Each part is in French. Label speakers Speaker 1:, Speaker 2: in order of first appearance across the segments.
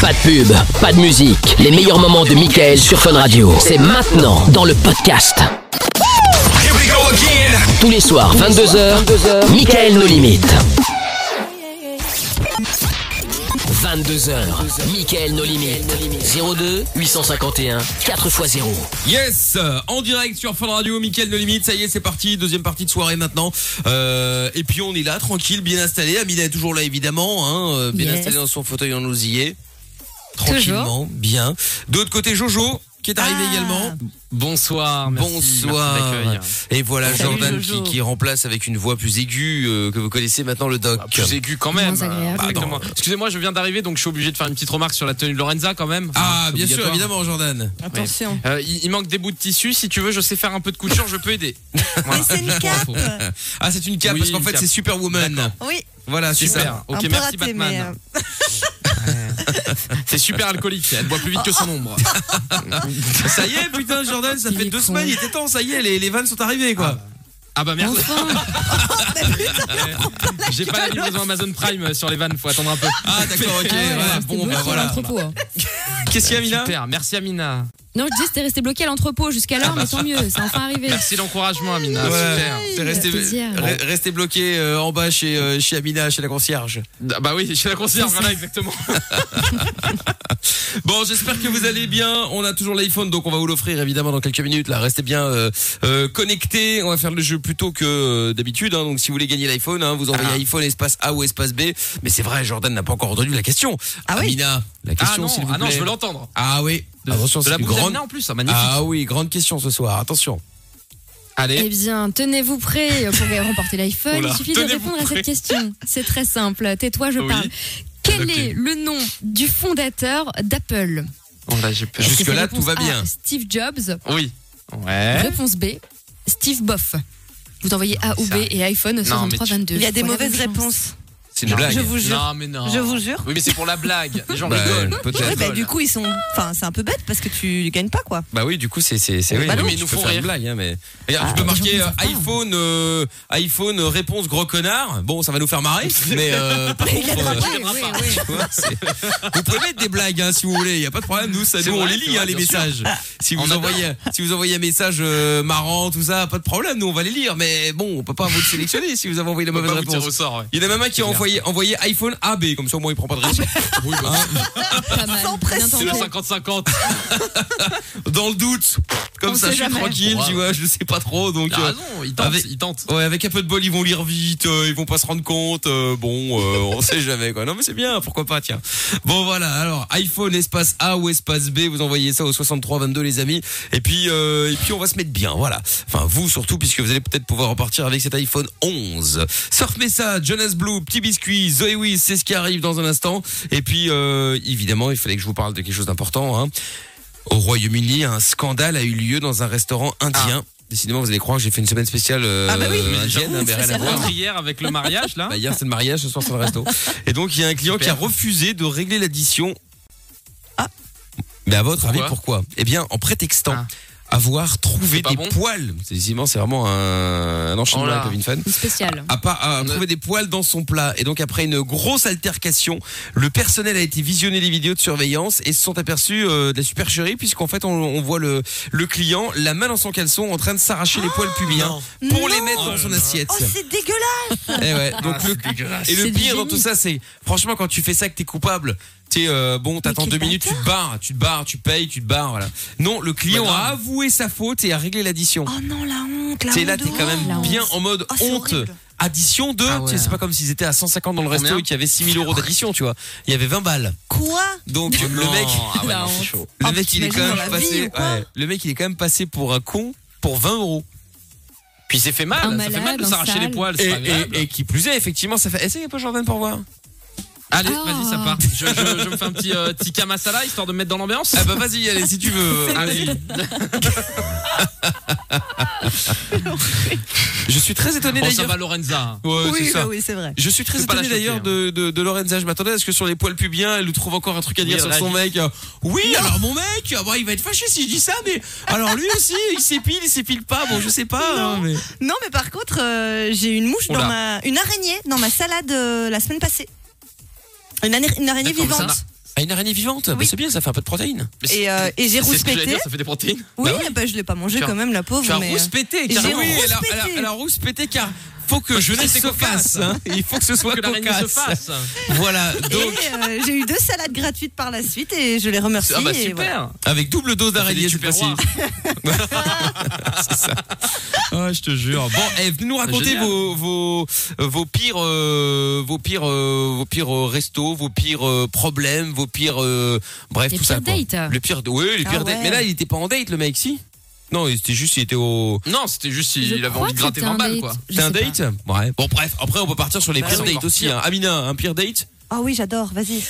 Speaker 1: Pas de pub, pas de musique. Les meilleurs moments de Michael sur Fun Radio. C'est maintenant dans le podcast.
Speaker 2: Here we go again.
Speaker 1: Tous les soirs, 22h, Michael nos limites. 22h, Michael nos limites. 02 851 4x0.
Speaker 2: Yes, euh, en direct sur Fun Radio, Mickaël de Limite, ça y est, c'est parti, deuxième partie de soirée maintenant. Euh, et puis on est là, tranquille, bien installé. Amina est toujours là, évidemment, hein, euh, bien
Speaker 3: Yes.
Speaker 2: installé dans son fauteuil en osier. Tranquillement, bien. De l'autre côté, Jojo, qui est arrivé
Speaker 3: Ah.
Speaker 2: également.
Speaker 4: Bonsoir, merci, merci de
Speaker 2: Bonsoir.
Speaker 4: l'accueil.
Speaker 2: et voilà
Speaker 3: Salut,
Speaker 2: Jordan qui,
Speaker 3: Jojo.
Speaker 2: qui remplace avec une voix plus aiguë euh, que vous connaissez maintenant le doc.
Speaker 4: Ah, Plus aigu quand même.
Speaker 3: Moins agréable.
Speaker 4: Bah, exactement.
Speaker 2: Attends.
Speaker 4: Excusez-moi, je viens d'arriver, donc je suis obligé de faire une petite remarque sur la tenue de Lorenza quand même.
Speaker 2: ah,
Speaker 4: C'est
Speaker 2: bien sûr,
Speaker 4: hein, obligatoire.
Speaker 2: évidemment, Jordan.
Speaker 5: Attention.
Speaker 4: Euh, il, il manque des bouts de tissu. Si tu veux, je sais faire un peu de couture, je peux aider. Voilà.
Speaker 5: Mais c'est une cape.
Speaker 2: Ah, c'est une cape
Speaker 4: Oui,
Speaker 2: parce qu'en
Speaker 4: une
Speaker 2: fait,
Speaker 4: cape.
Speaker 2: c'est Superwoman.
Speaker 5: Oui,
Speaker 2: Voilà, super.
Speaker 4: Super. Ok,
Speaker 5: un peu
Speaker 4: merci
Speaker 5: raté, mais
Speaker 4: Batman.
Speaker 5: euh,
Speaker 4: C'est super alcoolique. Elle boit plus vite que son ombre.
Speaker 2: Ça y est, putain, Jordan, ça
Speaker 3: Il
Speaker 2: fait
Speaker 3: est
Speaker 2: deux
Speaker 3: con.
Speaker 2: semaines, il était temps, ça y est, les, les vannes sont arrivées, quoi.
Speaker 4: Ah bah merde.
Speaker 3: Enfin,
Speaker 4: J'ai pas la livraison Amazon Prime euh, sur les vannes. Faut attendre un peu.
Speaker 2: Ah, d'accord, ok,
Speaker 3: ouais,
Speaker 2: voilà,
Speaker 3: resté
Speaker 2: bon,
Speaker 3: bloqué
Speaker 2: bah
Speaker 3: à
Speaker 2: voilà.
Speaker 3: l'entrepôt, hein.
Speaker 2: Qu'est-ce qu'il y a, Mina
Speaker 4: Super. Merci Amina.
Speaker 3: Non, je disais, c'était resté bloqué à l'entrepôt
Speaker 4: Ah,
Speaker 3: jusqu'alors,
Speaker 4: bah.
Speaker 3: mais tant mieux, c'est enfin arrivé.
Speaker 4: Merci l'encouragement Amina.
Speaker 2: Ouais,
Speaker 4: Super.
Speaker 2: c'est resté,
Speaker 3: plaisir.
Speaker 2: re- resté bloqué euh, en bas chez, euh, chez Amina, chez la concierge.
Speaker 4: Ah Bah oui, je la considère. Voilà exactement.
Speaker 2: Bon, j'espère que vous allez bien. On a toujours l'iPhone, donc on va vous l'offrir évidemment dans quelques minutes. Là, restez bien euh, euh, connectés. On va faire le jeu plus tôt que euh, d'habitude. hein. Donc, si vous voulez gagner l'iPhone, hein, vous envoyez iPhone espace A ou espace B. Mais c'est vrai, Jordan n'a pas encore entendu la question.
Speaker 5: Ah oui
Speaker 2: Amina, la
Speaker 4: Ah
Speaker 2: question,
Speaker 4: non,
Speaker 2: s'il vous
Speaker 4: ah non,
Speaker 2: plaît.
Speaker 4: je veux l'entendre.
Speaker 2: Ah oui.
Speaker 4: De,
Speaker 2: Attention,
Speaker 4: de
Speaker 2: c'est
Speaker 4: la
Speaker 2: une
Speaker 4: bouche
Speaker 2: grande.
Speaker 4: d'Amina en plus, ah, magnifique.
Speaker 2: Ah oui, grande question ce soir. Attention.
Speaker 3: Eh
Speaker 4: Allez.
Speaker 3: bien, tenez-vous prêts euh, pour remporter l'iPhone.
Speaker 4: Oula,
Speaker 3: Il suffit de
Speaker 4: tenez-vous
Speaker 3: répondre à
Speaker 4: prêts.
Speaker 3: cette question. C'est très simple. Tais-toi, je
Speaker 4: Oui.
Speaker 3: parle. Quel
Speaker 4: Ok.
Speaker 3: est le nom du fondateur d'Apple
Speaker 4: Oh là, j'ai peur.
Speaker 3: Est-ce que
Speaker 2: Jusque-là,
Speaker 3: c'est réponse
Speaker 2: tout va bien.
Speaker 3: A, Steve Jobs.
Speaker 4: Oui. Ouais.
Speaker 3: Réponse B, Steve Boff. Vous envoyez A ou B
Speaker 4: ça-
Speaker 3: et iPhone
Speaker 4: Non, mais tu-
Speaker 3: 6322.
Speaker 5: il y a des
Speaker 3: Voilà,
Speaker 5: mauvaises
Speaker 3: bonne chance.
Speaker 5: réponses.
Speaker 2: C'est une blague.
Speaker 5: Je vous jure.
Speaker 4: Non, mais non.
Speaker 5: Je vous jure.
Speaker 4: Oui, mais c'est pour la blague. Les gens
Speaker 2: Bah,
Speaker 4: rigolent.
Speaker 2: peut-être.
Speaker 4: Ils
Speaker 5: Ouais, bah,
Speaker 4: rigolent.
Speaker 5: du coup, ils sont. Enfin, c'est un peu bête parce que tu gagnes pas, quoi.
Speaker 2: Bah oui, du coup, c'est c'est c'est
Speaker 4: Bah
Speaker 2: oui,
Speaker 4: non,
Speaker 2: mais
Speaker 4: mais
Speaker 2: tu
Speaker 4: nous
Speaker 2: peux
Speaker 4: font
Speaker 2: faire une
Speaker 4: rire.
Speaker 2: blague hein, mais regarde,
Speaker 3: Ah,
Speaker 2: tu peux
Speaker 3: les
Speaker 2: marquer euh,
Speaker 3: gens ne savent pas.
Speaker 2: iPhone euh, iPhone euh, réponse gros connard. Bon, ça va nous faire marrer, mais euh, par contre,
Speaker 4: Oh,
Speaker 2: euh,
Speaker 3: Ah, Ouais, ouais, ouais.
Speaker 2: tu vois, c'est- vous pouvez mettre des blagues hein, si vous voulez, il y a pas de problème, nous ça
Speaker 4: C'est
Speaker 2: nous on
Speaker 4: vrai,
Speaker 2: les
Speaker 4: c'est
Speaker 2: lit
Speaker 4: vrai,
Speaker 2: hein, les
Speaker 4: bien sûr.
Speaker 2: messages. Si vous
Speaker 4: On adore.
Speaker 2: envoyez si vous envoyez un message euh, marrant tout ça, pas de problème, nous on va les lire mais bon, on peut pas vous le sélectionner si vous avez envoyé la
Speaker 4: On peut
Speaker 2: mauvaise
Speaker 4: pas vous tirer au
Speaker 2: réponse.
Speaker 4: sort, ouais.
Speaker 2: Il y en a même un qui a
Speaker 4: C'est
Speaker 2: envoyé, envoyé iPhone AB, comme ça au moins il prend pas
Speaker 5: Ah,
Speaker 2: de risque.
Speaker 5: bah,
Speaker 2: Hein,
Speaker 3: Pas mal.
Speaker 5: Sans
Speaker 3: Bien
Speaker 5: pression.
Speaker 4: C'est le
Speaker 3: tenté.
Speaker 4: 50-50.
Speaker 2: Ah, dans le doute, comme
Speaker 5: On
Speaker 2: ça
Speaker 5: sait
Speaker 2: je suis
Speaker 5: jamais.
Speaker 2: tranquille,
Speaker 4: Ouais.
Speaker 2: tu vois, je sais pas trop donc.
Speaker 4: Il
Speaker 2: euh,
Speaker 4: a raison, il tente.
Speaker 2: Avec-
Speaker 4: Il tente.
Speaker 2: Ouais, avec un peu de bol, ils vont lire vite, euh, ils vont pas se rendre compte. euh, bon, euh, on sait jamais quoi. Non, mais c'est bien, pourquoi pas, tiens. Bon, voilà. Alors, iPhone espace A ou espace B, vous envoyez ça au 6322 les amis. Et puis, euh, et puis on va se mettre bien, voilà. Enfin, vous surtout, puisque vous allez peut-être pouvoir repartir avec cet iPhone 11. Surf ça, Jonas Blue, Petit Biscuit, Zoé Wiz, c'est ce qui arrive dans un instant. Et puis, euh, évidemment, il fallait que je vous parle de quelque chose d'important. Hein. Au Royaume-Uni, un scandale a eu lieu dans un restaurant indien. Décidément, vous allez croire que j'ai fait une semaine spéciale euh,
Speaker 5: Ah bah oui, mais
Speaker 2: indienne,
Speaker 5: j'avoue,
Speaker 2: hein, mais rien à
Speaker 5: ça
Speaker 2: voir.
Speaker 4: Entre hier avec le mariage, là.
Speaker 2: Bah, hier, c'est le mariage, ce soir, c'est le resto. Et donc, il y a un client qui a refusé de régler l'addition.
Speaker 5: Ah.
Speaker 2: Mais à votre
Speaker 4: Pourquoi
Speaker 2: avis, pourquoi Eh bien, en prétextant
Speaker 4: Ah.
Speaker 2: avoir trouvé
Speaker 4: C'est pas
Speaker 2: des
Speaker 4: bon
Speaker 2: poils. C'est décidément, c'est vraiment un, un enchaînement
Speaker 4: Oh là.
Speaker 2: avec Love in Fun.
Speaker 3: Une spéciale.
Speaker 4: Ah,
Speaker 2: À, pas, à trouver des poils dans son plat. Et donc, après une grosse altercation, le personnel a été visionner les vidéos de surveillance et se sont aperçus euh, de la supercherie, puisqu'en fait, on, on voit le, le client, la main dans son caleçon, en train de s'arracher les poils pubiens pour les
Speaker 5: Ah, Non.
Speaker 2: mettre dans son assiette.
Speaker 5: Oh, Ah, c'est dégueulasse.
Speaker 2: Eh ouais, donc le- et
Speaker 3: C'est
Speaker 2: le
Speaker 3: du
Speaker 2: pire dans
Speaker 3: génie.
Speaker 2: tout ça, c'est franchement quand tu fais ça que t'es coupable. T'es euh, bon, t'attends
Speaker 3: quel
Speaker 2: deux minutes, tu te barres, tu te barres, tu payes, tu te barres. Voilà. Non, le client
Speaker 4: Bah non.
Speaker 2: a avoué sa faute et a réglé l'addition.
Speaker 5: Oh non, la honte. La
Speaker 2: T'es
Speaker 5: honte
Speaker 2: là, t'es
Speaker 5: de
Speaker 2: quand même
Speaker 3: la honte.
Speaker 2: bien en mode
Speaker 5: Oh, c'est
Speaker 2: honte.
Speaker 5: horrible.
Speaker 2: Addition de,
Speaker 4: Ah
Speaker 2: tu sais,
Speaker 4: ouais.
Speaker 2: c'est pas comme s'ils étaient à 150 dans le resto
Speaker 4: Combien
Speaker 2: et qu'il y avait 6000 euros d'addition, tu vois. Il y avait 20 balles.
Speaker 5: Quoi
Speaker 2: Donc le mec,
Speaker 4: Ah ouais,
Speaker 3: La
Speaker 4: non, c'est
Speaker 3: honte.
Speaker 4: chaud.
Speaker 2: le
Speaker 5: Ah,
Speaker 2: mec, il est
Speaker 5: t'imagines
Speaker 2: quand
Speaker 5: dans la
Speaker 2: même
Speaker 5: vie
Speaker 2: passé,
Speaker 5: ou quoi
Speaker 2: ouais, le mec, il est quand même passé pour un con pour 20 euros.
Speaker 4: Puis il s'est fait mal.
Speaker 3: Un
Speaker 4: ça fait mal
Speaker 3: malade,
Speaker 4: de
Speaker 3: un
Speaker 4: s'arracher les
Speaker 3: sale.
Speaker 4: poils.
Speaker 2: Et,
Speaker 4: C'est pas agréable.
Speaker 2: et- et qui plus est, effectivement, ça fait. Essaye un peu Jordan pour voir.
Speaker 4: Allez,
Speaker 3: Ah.
Speaker 4: vas-y, ça part. Je, je- je me fais un petit euh, tikka masala histoire de me mettre dans l'ambiance. Oh,
Speaker 2: Ah bah vas-y, allez, si tu veux. euh, Allez. Je suis très étonné
Speaker 4: Bon, ça
Speaker 2: d'ailleurs.
Speaker 4: va, Lorenza.
Speaker 2: Ouais, c'est
Speaker 5: Oui,
Speaker 2: ça.
Speaker 5: bah oui, c'est vrai.
Speaker 2: Je suis très
Speaker 4: Faut pas la
Speaker 2: étonné
Speaker 4: choquer,
Speaker 2: d'ailleurs de, de, de Lorenza. Je m'attendais à ce que sur les poils pubiens, elle nous trouve encore un truc à dire
Speaker 4: Oui,
Speaker 2: sur
Speaker 4: elle
Speaker 2: son mec. Euh, Oui, alors mon mec, euh, bon, il va être fâché si je dis ça, mais alors lui aussi, il s'épile, il s'épile pas. Bon, je sais pas. hein, mais...
Speaker 5: Non, mais par contre, euh, j'ai eu une mouche
Speaker 4: Oula.
Speaker 5: dans ma. Une araignée dans ma salade euh, la semaine passée. Une, ara- une araignée
Speaker 4: D'accord, mais ça
Speaker 5: vivante.
Speaker 4: n'a-
Speaker 2: Ah, une araignée vivante Bah,
Speaker 5: Oui.
Speaker 2: C'est bien, ça fait un peu de protéines.
Speaker 5: Et, euh, et j'ai
Speaker 4: C'est ce que j'allais
Speaker 5: rouspété.
Speaker 4: dire, ça fait des protéines.
Speaker 5: Oui,
Speaker 2: Bah ouais.
Speaker 5: bah, je l'ai pas mangé
Speaker 4: Tu as-
Speaker 5: quand même, la pauvre.
Speaker 2: Tu as
Speaker 5: mais, euh,
Speaker 2: rouspété, car
Speaker 5: j'ai
Speaker 2: oui, elle a,
Speaker 5: rouspété.
Speaker 2: elle a- elle a rouspété, car faut que
Speaker 4: Parce que
Speaker 2: jeunesse
Speaker 4: c'est
Speaker 2: se
Speaker 4: cocasse.
Speaker 2: fasse. hein. Il faut que ce soit
Speaker 4: Que l'araignée se
Speaker 2: cocasse.
Speaker 4: fasse.
Speaker 2: Voilà, donc
Speaker 5: et, euh, j'ai eu deux salades gratuites par la suite et je les remercie.
Speaker 4: Ah bah
Speaker 5: et voilà.
Speaker 4: super.
Speaker 2: avec double dose d'araignée,
Speaker 4: des
Speaker 2: cette fois-ci.
Speaker 4: tupperwares.
Speaker 2: C'est ça. Ah, je te jure. Bon, eh, venez nous
Speaker 3: Ah,
Speaker 2: raconter
Speaker 4: Génial.
Speaker 2: vos, vos, vos pires, euh, vos pires, euh, vos pires euh, restos, vos pires euh, problèmes, vos pires, euh, bref,
Speaker 3: Les
Speaker 2: tout ça.
Speaker 3: pires
Speaker 2: quoi.
Speaker 3: dates.
Speaker 2: Le pire, oui, les
Speaker 5: Ah
Speaker 2: pires dates.
Speaker 5: ouais.
Speaker 2: Mais là, il était pas en date, le mec, si? Non, il- c'était juste, il était au.
Speaker 4: Non, c'était juste
Speaker 3: Je
Speaker 4: il avait
Speaker 3: crois
Speaker 4: envie de
Speaker 3: que
Speaker 4: gratter
Speaker 3: c'était
Speaker 4: 20
Speaker 3: un
Speaker 4: balles
Speaker 3: date.
Speaker 4: quoi.
Speaker 3: Je
Speaker 2: T'as un
Speaker 3: sais pas.
Speaker 2: date Ouais. Bon, bref, après, on peut partir sur les
Speaker 4: Bah,
Speaker 2: pires
Speaker 4: oui,
Speaker 2: dates
Speaker 4: encore
Speaker 2: aussi.
Speaker 4: pire.
Speaker 2: Hein. Amina, un pire date
Speaker 5: Ah oui, j'adore, vas-y.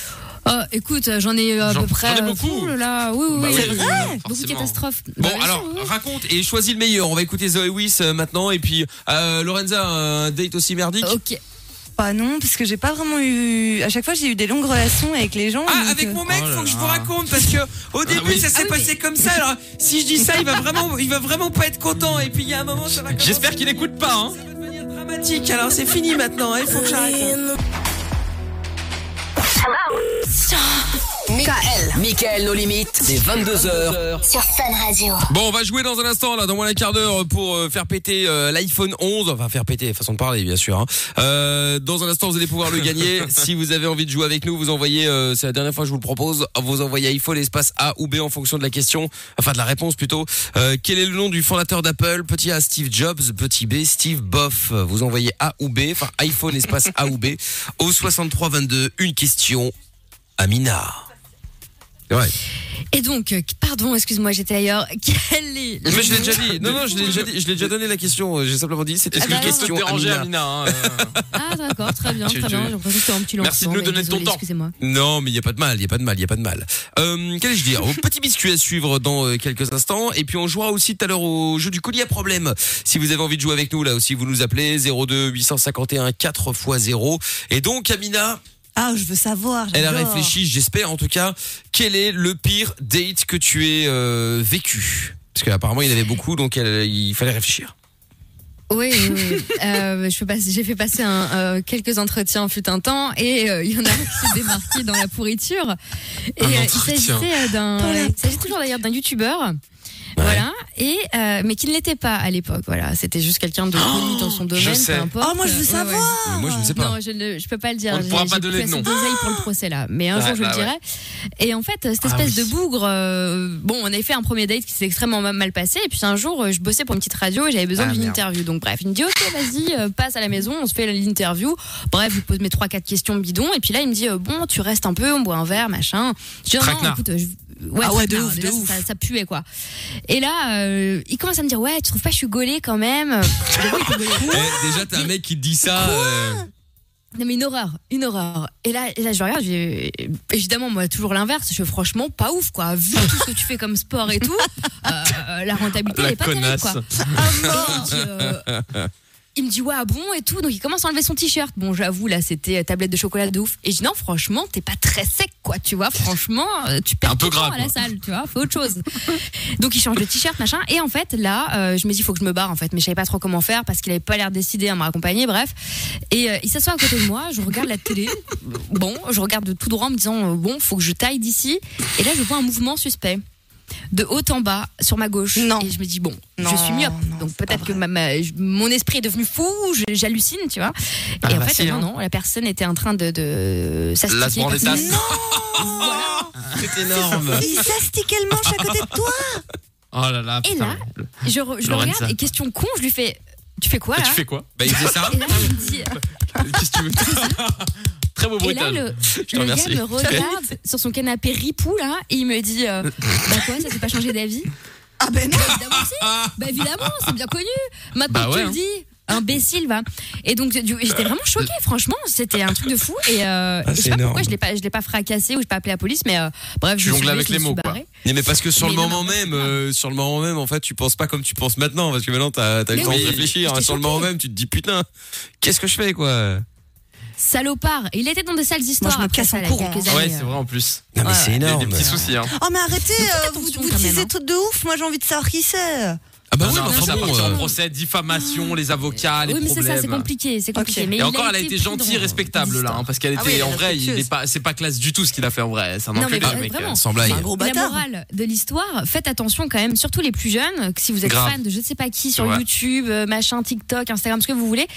Speaker 3: Oh, écoute, euh, j'en ai euh, à
Speaker 4: J'en-
Speaker 3: peu près.
Speaker 4: j'en ai
Speaker 3: euh,
Speaker 4: beaucoup.
Speaker 3: fou, là, oui, oui, oui.
Speaker 4: Bah oui,
Speaker 5: C'est
Speaker 4: oui, oui,
Speaker 5: vrai
Speaker 3: Beaucoup de
Speaker 4: forcément.
Speaker 3: catastrophes. Bah,
Speaker 2: Bon,
Speaker 3: bien sûr,
Speaker 2: alors,
Speaker 3: oui.
Speaker 2: raconte et choisis le meilleur. On va écouter Zoé Wiss euh, maintenant. Et puis, euh, Lorenza, un date aussi merdique
Speaker 3: Ok.
Speaker 5: Bah non, parce que j'ai pas vraiment eu. À chaque fois, j'ai eu des longues relations avec les gens.
Speaker 2: Ah,
Speaker 5: donc,
Speaker 2: avec
Speaker 5: euh,
Speaker 2: mon mec,
Speaker 4: Oh là
Speaker 2: faut que je vous
Speaker 4: là.
Speaker 2: raconte parce que au début
Speaker 4: oui.
Speaker 2: ça s'est
Speaker 3: Ah oui,
Speaker 2: passé
Speaker 3: mais-
Speaker 2: comme ça. Alors si je dis ça, il va vraiment, il va vraiment pas être content. Et puis il y a un moment, ça va. commencer-
Speaker 4: J'espère qu'il écoute pas hein.
Speaker 3: Ah
Speaker 2: Ça va devenir dramatique. Alors c'est fini maintenant. hein, Il faut que j'arrête.
Speaker 6: Michael
Speaker 1: Michael, nos limites, c'est 22h.
Speaker 6: sur Fun Radio.
Speaker 2: Bon, on va jouer dans un instant là, dans moins d'un quart d'heure pour euh, faire péter euh, l'iPhone 11. Enfin faire péter, façon de parler bien sûr. hein. Euh, dans un instant, vous allez pouvoir le gagner. si vous avez envie de jouer avec nous, vous envoyez. euh, c'est la dernière fois que je vous le propose. Vous envoyez iPhone espace A ou B en fonction de la question, enfin de la réponse plutôt. Euh, quel est le nom du fondateur d'Apple Petit A, Steve Jobs. Petit B, Steve Boff. Vous envoyez A ou B, enfin iPhone espace A ou B au 6322. Une question, Amina. Ouais.
Speaker 3: Et donc, euh, pardon, excuse-moi, j'étais ailleurs. Quel est le
Speaker 2: Mais je l'ai
Speaker 3: nom-
Speaker 2: déjà dit. Non, non, je l'ai déjà dit. Je l'ai déjà donné la question. euh, J'ai simplement dit. C'était
Speaker 4: Est-ce que
Speaker 2: une
Speaker 3: bah,
Speaker 4: je peux te
Speaker 2: question.
Speaker 4: déranger
Speaker 2: Amina.
Speaker 4: Amina hein, euh,
Speaker 3: Ah, d'accord, très bien,
Speaker 4: Tu-
Speaker 3: très bien.
Speaker 4: tu-
Speaker 3: J'ai l'impression que c'était un petit lancement.
Speaker 4: Merci de nous
Speaker 3: mais
Speaker 4: donner de ton
Speaker 3: désolée,
Speaker 4: temps.
Speaker 3: Excusez-moi.
Speaker 2: Non, mais il y a pas de mal. Il y a pas de mal. Il y a pas de mal. Euh, Qu'allais-je dire Au Petit biscuit à suivre dans euh, quelques instants. Et puis on jouera aussi tout à l'heure au jeu du colis à problème. Si vous avez envie de jouer avec nous là aussi, vous nous appelez 02 851 4 x 0. Et donc Amina,
Speaker 5: Ah, je veux savoir.
Speaker 2: elle a
Speaker 5: j'adore.
Speaker 2: réfléchi. J'espère en tout cas. Quel est le pire date que tu aies euh, vécu Parce qu'apparemment il y en avait beaucoup, donc elle- il fallait réfléchir.
Speaker 3: Oui, oui, oui. Euh, je fais passer- j'ai fait passer un, euh, quelques entretiens en fut un temps et euh, il y en a un qui s'est démarqué dans la pourriture. Et
Speaker 2: Un
Speaker 3: euh, il
Speaker 2: entretien.
Speaker 3: s'agissait euh, d'un,
Speaker 5: Dans la
Speaker 3: il s'agissait toujours d'ailleurs d'un youtubeur. Voilà, et euh, mais qui ne l'était pas à l'époque. Voilà, c'était juste quelqu'un de connu dans son domaine,
Speaker 4: Oh, sais.
Speaker 3: peu importe.
Speaker 5: Oh, moi, je veux
Speaker 3: Ouais, ouais.
Speaker 5: savoir.
Speaker 2: Mais moi je ne sais pas.
Speaker 3: Non, je ne je peux pas le dire.
Speaker 4: On ne
Speaker 3: J'ai-
Speaker 4: pourra
Speaker 3: j'ai
Speaker 4: pas
Speaker 3: plus
Speaker 4: donner de
Speaker 3: assez
Speaker 4: nom.
Speaker 3: d'oseille pour le procès là, mais un
Speaker 4: Ouais,
Speaker 3: jour je
Speaker 4: bah
Speaker 3: le
Speaker 4: ouais.
Speaker 3: dirai. Et en fait, euh, cette
Speaker 4: Ah
Speaker 3: espèce de
Speaker 4: oui.
Speaker 3: bougre, euh, bon, on avait fait un premier date qui s'est extrêmement ma- mal passé. Et puis un jour, euh, je bossais pour une petite radio et j'avais besoin
Speaker 4: Ah,
Speaker 3: d'une
Speaker 4: merde.
Speaker 3: interview. Donc bref, il me dit ok, vas-y, euh, passe à la maison, on se fait l'interview. Bref, je lui pose mes trois quatre questions bidons. Et puis là, il me dit euh, bon, tu restes un peu, on boit un verre, machin. Je dis non,
Speaker 4: Traquenard.
Speaker 3: écoute, euh, je- ouais,
Speaker 5: Ah ouais, de
Speaker 3: traquenard.
Speaker 5: ouf, de
Speaker 3: Déjà,
Speaker 5: ouf.
Speaker 3: Ça, ça puait quoi. Et là, euh, il commence à me dire ouais, tu trouves pas que je suis gaulée quand même
Speaker 2: Eh, déjà, t'as un mec qui te dit ça. euh,
Speaker 3: Non mais une horreur, une horreur. Et là, et là je regarde, j'ai- évidemment moi toujours l'inverse, je fais franchement pas ouf quoi, vu tout ce que tu fais comme sport et tout, euh, la rentabilité elle est pas terrible quoi. Et il me dit, euh, il me dit ouais ah bon et tout, donc il commence à enlever son t-shirt. Bon j'avoue là c'était euh, tablette de chocolat de ouf. Et je dis non franchement t'es pas très sec quoi, tu vois franchement euh, tu perds
Speaker 4: Un peu
Speaker 3: ton temps
Speaker 4: gras,
Speaker 3: à la salle, tu vois, fais autre chose. donc il change de t-shirt machin et en fait là euh, je me dis faut que je me barre en fait, mais je savais pas trop comment faire parce qu'il avait pas l'air décidé à me raccompagner bref. Et euh, il s'assoit à côté de moi, je regarde la télé, bon je regarde de tout droit en me disant euh, bon faut que je taille d'ici et là je vois un mouvement suspect de haut en bas sur ma gauche.
Speaker 5: Non.
Speaker 3: Et je me dis, bon,
Speaker 5: Non,
Speaker 3: je suis myope.
Speaker 5: non,
Speaker 3: donc
Speaker 5: c'est pas
Speaker 3: peut-être que ma-
Speaker 5: vrai.
Speaker 3: ma- je- mon esprit est devenu fou, je- j'hallucine, tu vois.
Speaker 4: Ah
Speaker 3: et en
Speaker 4: bah
Speaker 3: fait,
Speaker 4: si,
Speaker 3: non,
Speaker 4: hein.
Speaker 3: non, la personne était en train de, de
Speaker 4: Là, se
Speaker 3: s'astiquer.
Speaker 4: prendre
Speaker 3: comme
Speaker 4: des
Speaker 3: ça.
Speaker 4: tasses.
Speaker 5: Oh,
Speaker 2: C'est énorme.
Speaker 5: Il s'astique le manche à côté de toi.
Speaker 4: Oh là là.
Speaker 3: Et
Speaker 4: putain.
Speaker 3: là, Je, re- je le
Speaker 4: Lorenza.
Speaker 3: regarde et question con, je lui fais, tu fais quoi
Speaker 4: Et
Speaker 3: là
Speaker 4: tu fais quoi
Speaker 2: Bah, il faisait ça.
Speaker 3: Et là, il me dit-
Speaker 4: Qu'est-ce que tu veux Très beau
Speaker 3: et là,
Speaker 4: bruitage.
Speaker 3: le,
Speaker 4: te
Speaker 3: le gars
Speaker 4: remercie.
Speaker 3: me regarde sur son canapé ripou là et il me dit euh, Bah quoi, ça s'est pas changé d'avis
Speaker 5: Ah ben non.
Speaker 3: Bah, évidemment, si. Bah, évidemment, c'est bien connu. Maintenant
Speaker 4: Bah
Speaker 3: que
Speaker 4: ouais,
Speaker 3: tu le
Speaker 4: hein.
Speaker 3: dis, imbécile, va. Et donc, du- j'étais vraiment choquée, franchement. C'était un truc de fou. Et, euh,
Speaker 2: Ah,
Speaker 3: et je
Speaker 2: c'est
Speaker 3: sais pas
Speaker 2: énorme.
Speaker 3: pourquoi je l'ai pas, je l'ai pas fracassé ou je l'ai pas appelé la police, mais euh, bref,
Speaker 4: Tu
Speaker 3: je me suis
Speaker 4: jongles
Speaker 3: levée,
Speaker 4: avec
Speaker 3: je me
Speaker 4: les
Speaker 3: suis
Speaker 4: mots, quoi.
Speaker 3: barrée.
Speaker 2: Non, mais parce que sur
Speaker 3: Mais
Speaker 2: le
Speaker 3: non,
Speaker 2: moment
Speaker 3: non,
Speaker 2: même,
Speaker 3: c'est pas.
Speaker 2: euh, sur le moment même, en fait, tu penses pas comme tu penses maintenant, parce que maintenant, t'as as le
Speaker 3: Mais
Speaker 2: temps
Speaker 3: oui.
Speaker 2: de réfléchir.
Speaker 3: J'étais
Speaker 2: hein. sur le moment
Speaker 3: choquée.
Speaker 2: même, tu te dis putain, qu'est-ce que je fais, quoi
Speaker 3: Salopard. Et il était dans des sales histoires.
Speaker 5: me
Speaker 3: après
Speaker 5: casse
Speaker 3: ça,
Speaker 5: en
Speaker 3: il y a
Speaker 5: courant.
Speaker 3: quelques
Speaker 4: Ah Ouais,
Speaker 3: années,
Speaker 4: c'est
Speaker 3: euh.
Speaker 4: vrai en plus.
Speaker 2: Non, mais
Speaker 3: Ouais.
Speaker 2: c'est
Speaker 4: Il y a
Speaker 2: énorme.
Speaker 4: des petits soucis. Hein.
Speaker 5: Oh mais arrêtez. euh, vous
Speaker 3: attention
Speaker 5: vous
Speaker 3: quand
Speaker 5: dites
Speaker 3: même,
Speaker 5: des
Speaker 3: hein.
Speaker 5: trucs de ouf. Moi j'ai envie de savoir qui c'est.
Speaker 2: Ah bah
Speaker 4: Non,
Speaker 2: oui,
Speaker 4: non,
Speaker 2: mais
Speaker 4: après,
Speaker 2: enfin
Speaker 4: ça
Speaker 2: bon,
Speaker 4: partir en
Speaker 2: euh,
Speaker 4: procès, diffamation, les avocats, les
Speaker 3: oui, mais c'est
Speaker 4: problèmes.
Speaker 3: ça, c'est compliqué, c'est compliqué.
Speaker 5: Ok.
Speaker 3: Mais
Speaker 4: Et
Speaker 3: il
Speaker 4: encore,
Speaker 3: a
Speaker 4: elle a été
Speaker 3: plus
Speaker 4: gentille et
Speaker 3: dans-
Speaker 4: respectable là, hein, parce qu'elle
Speaker 5: Ah
Speaker 4: était
Speaker 5: oui, elle est
Speaker 4: en vrai, il
Speaker 5: respectueuse.
Speaker 4: est pas, c'est pas classe du tout ce qu'il a fait en vrai. C'est un
Speaker 3: Non, mais
Speaker 4: enculé,
Speaker 3: bah,
Speaker 4: le mec.
Speaker 3: vraiment.
Speaker 2: sans blague.
Speaker 5: C'est un gros
Speaker 3: La
Speaker 5: bâtard.
Speaker 3: morale de l'histoire, faites attention quand même, surtout les plus jeunes, que si vous êtes
Speaker 4: Grave.
Speaker 3: fan de je ne sais pas qui sur
Speaker 4: Ouais.
Speaker 3: YouTube, euh, machin, TikTok, Instagram, ce que vous voulez.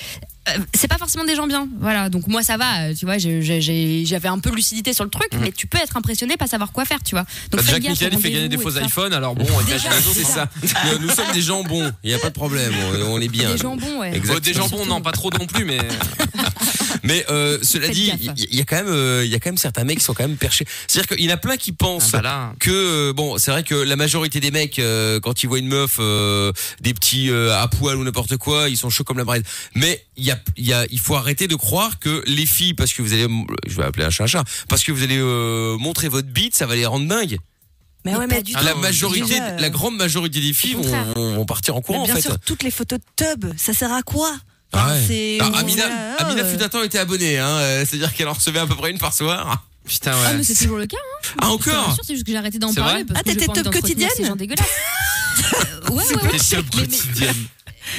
Speaker 3: euh, c'est pas forcément des gens bien, voilà. Donc moi ça va, euh, tu vois, j'ai- j'ai- j'ai- j'avais un peu de lucidité sur le truc, mais tu peux être impressionné, pas savoir quoi faire, tu vois. Donc
Speaker 4: Mm. Bah, Jacques
Speaker 3: faites gaffe
Speaker 4: Michael,
Speaker 3: au
Speaker 4: il fait gagner des
Speaker 3: rendez-vous
Speaker 4: faux
Speaker 3: et tout ça.
Speaker 4: iPhones, alors bon, il cache
Speaker 3: Déjà,
Speaker 4: les autres, hein.
Speaker 3: c'est
Speaker 4: c'est ça.
Speaker 2: Euh, Nous- Nous sommes des gens bons, il n'y a pas de problème, on on est bien.
Speaker 3: Des jambons, ouais.
Speaker 2: Exactement.
Speaker 4: Bon, Des jambons, non, pas trop non plus,
Speaker 3: Ah,
Speaker 4: mais.
Speaker 2: Mais euh, cela
Speaker 3: Faites
Speaker 2: dit,
Speaker 3: gaffe.
Speaker 2: il y, y a quand même, euh, il y a quand même certains mecs qui sont quand même perchés. C'est-à-dire qu'il y en a plein qui
Speaker 4: Ah,
Speaker 2: pensent
Speaker 4: bah là.
Speaker 2: que euh, bon, c'est vrai que la majorité des mecs, euh, quand ils voient une meuf, euh, des petits euh, à poil ou n'importe quoi, ils sont chauds comme la bride. Mais il y a, il y a, il faut arrêter de croire que les filles, parce que vous allez, je vais appeler un chat un chat, parce que vous allez euh, montrer votre bite, ça va les rendre dingues.
Speaker 5: Mais
Speaker 3: pas
Speaker 5: ouais, mais
Speaker 3: du
Speaker 5: du
Speaker 3: tout.
Speaker 2: Ah, la
Speaker 5: tout.
Speaker 2: majorité,
Speaker 5: Déjà, euh,
Speaker 2: la grande majorité des filles
Speaker 3: au contraire.
Speaker 2: vont, vont- vont partir en courant
Speaker 5: mais
Speaker 2: en
Speaker 5: bien
Speaker 2: fait.
Speaker 5: sûr, toutes les photos de tub, ça sert à quoi
Speaker 2: Ah
Speaker 5: Enfin,
Speaker 2: ouais.
Speaker 5: c'est-
Speaker 2: Ah, Amina,
Speaker 5: voilà,
Speaker 2: Amina
Speaker 5: euh,
Speaker 2: fut un temps était abonnée, hein, euh, c'est-à-dire qu'elle en recevait à peu près une par soir.
Speaker 4: Putain,
Speaker 3: Ah,
Speaker 4: ouais.
Speaker 3: mais c'est toujours le cas.
Speaker 2: Ah
Speaker 3: Je te
Speaker 2: encore
Speaker 3: rassure, c'est juste que j'ai arrêté d'en
Speaker 4: C'est
Speaker 3: parler.
Speaker 4: vrai
Speaker 3: parce
Speaker 5: Ah,
Speaker 3: que je
Speaker 5: t'étais
Speaker 3: pense
Speaker 5: top
Speaker 3: d'entretenir
Speaker 5: quotidienne
Speaker 3: Ces gens dégueulasses. Euh, ouais, ouais, ouais.
Speaker 4: T'es top
Speaker 3: Mais- mais-
Speaker 4: quotidienne.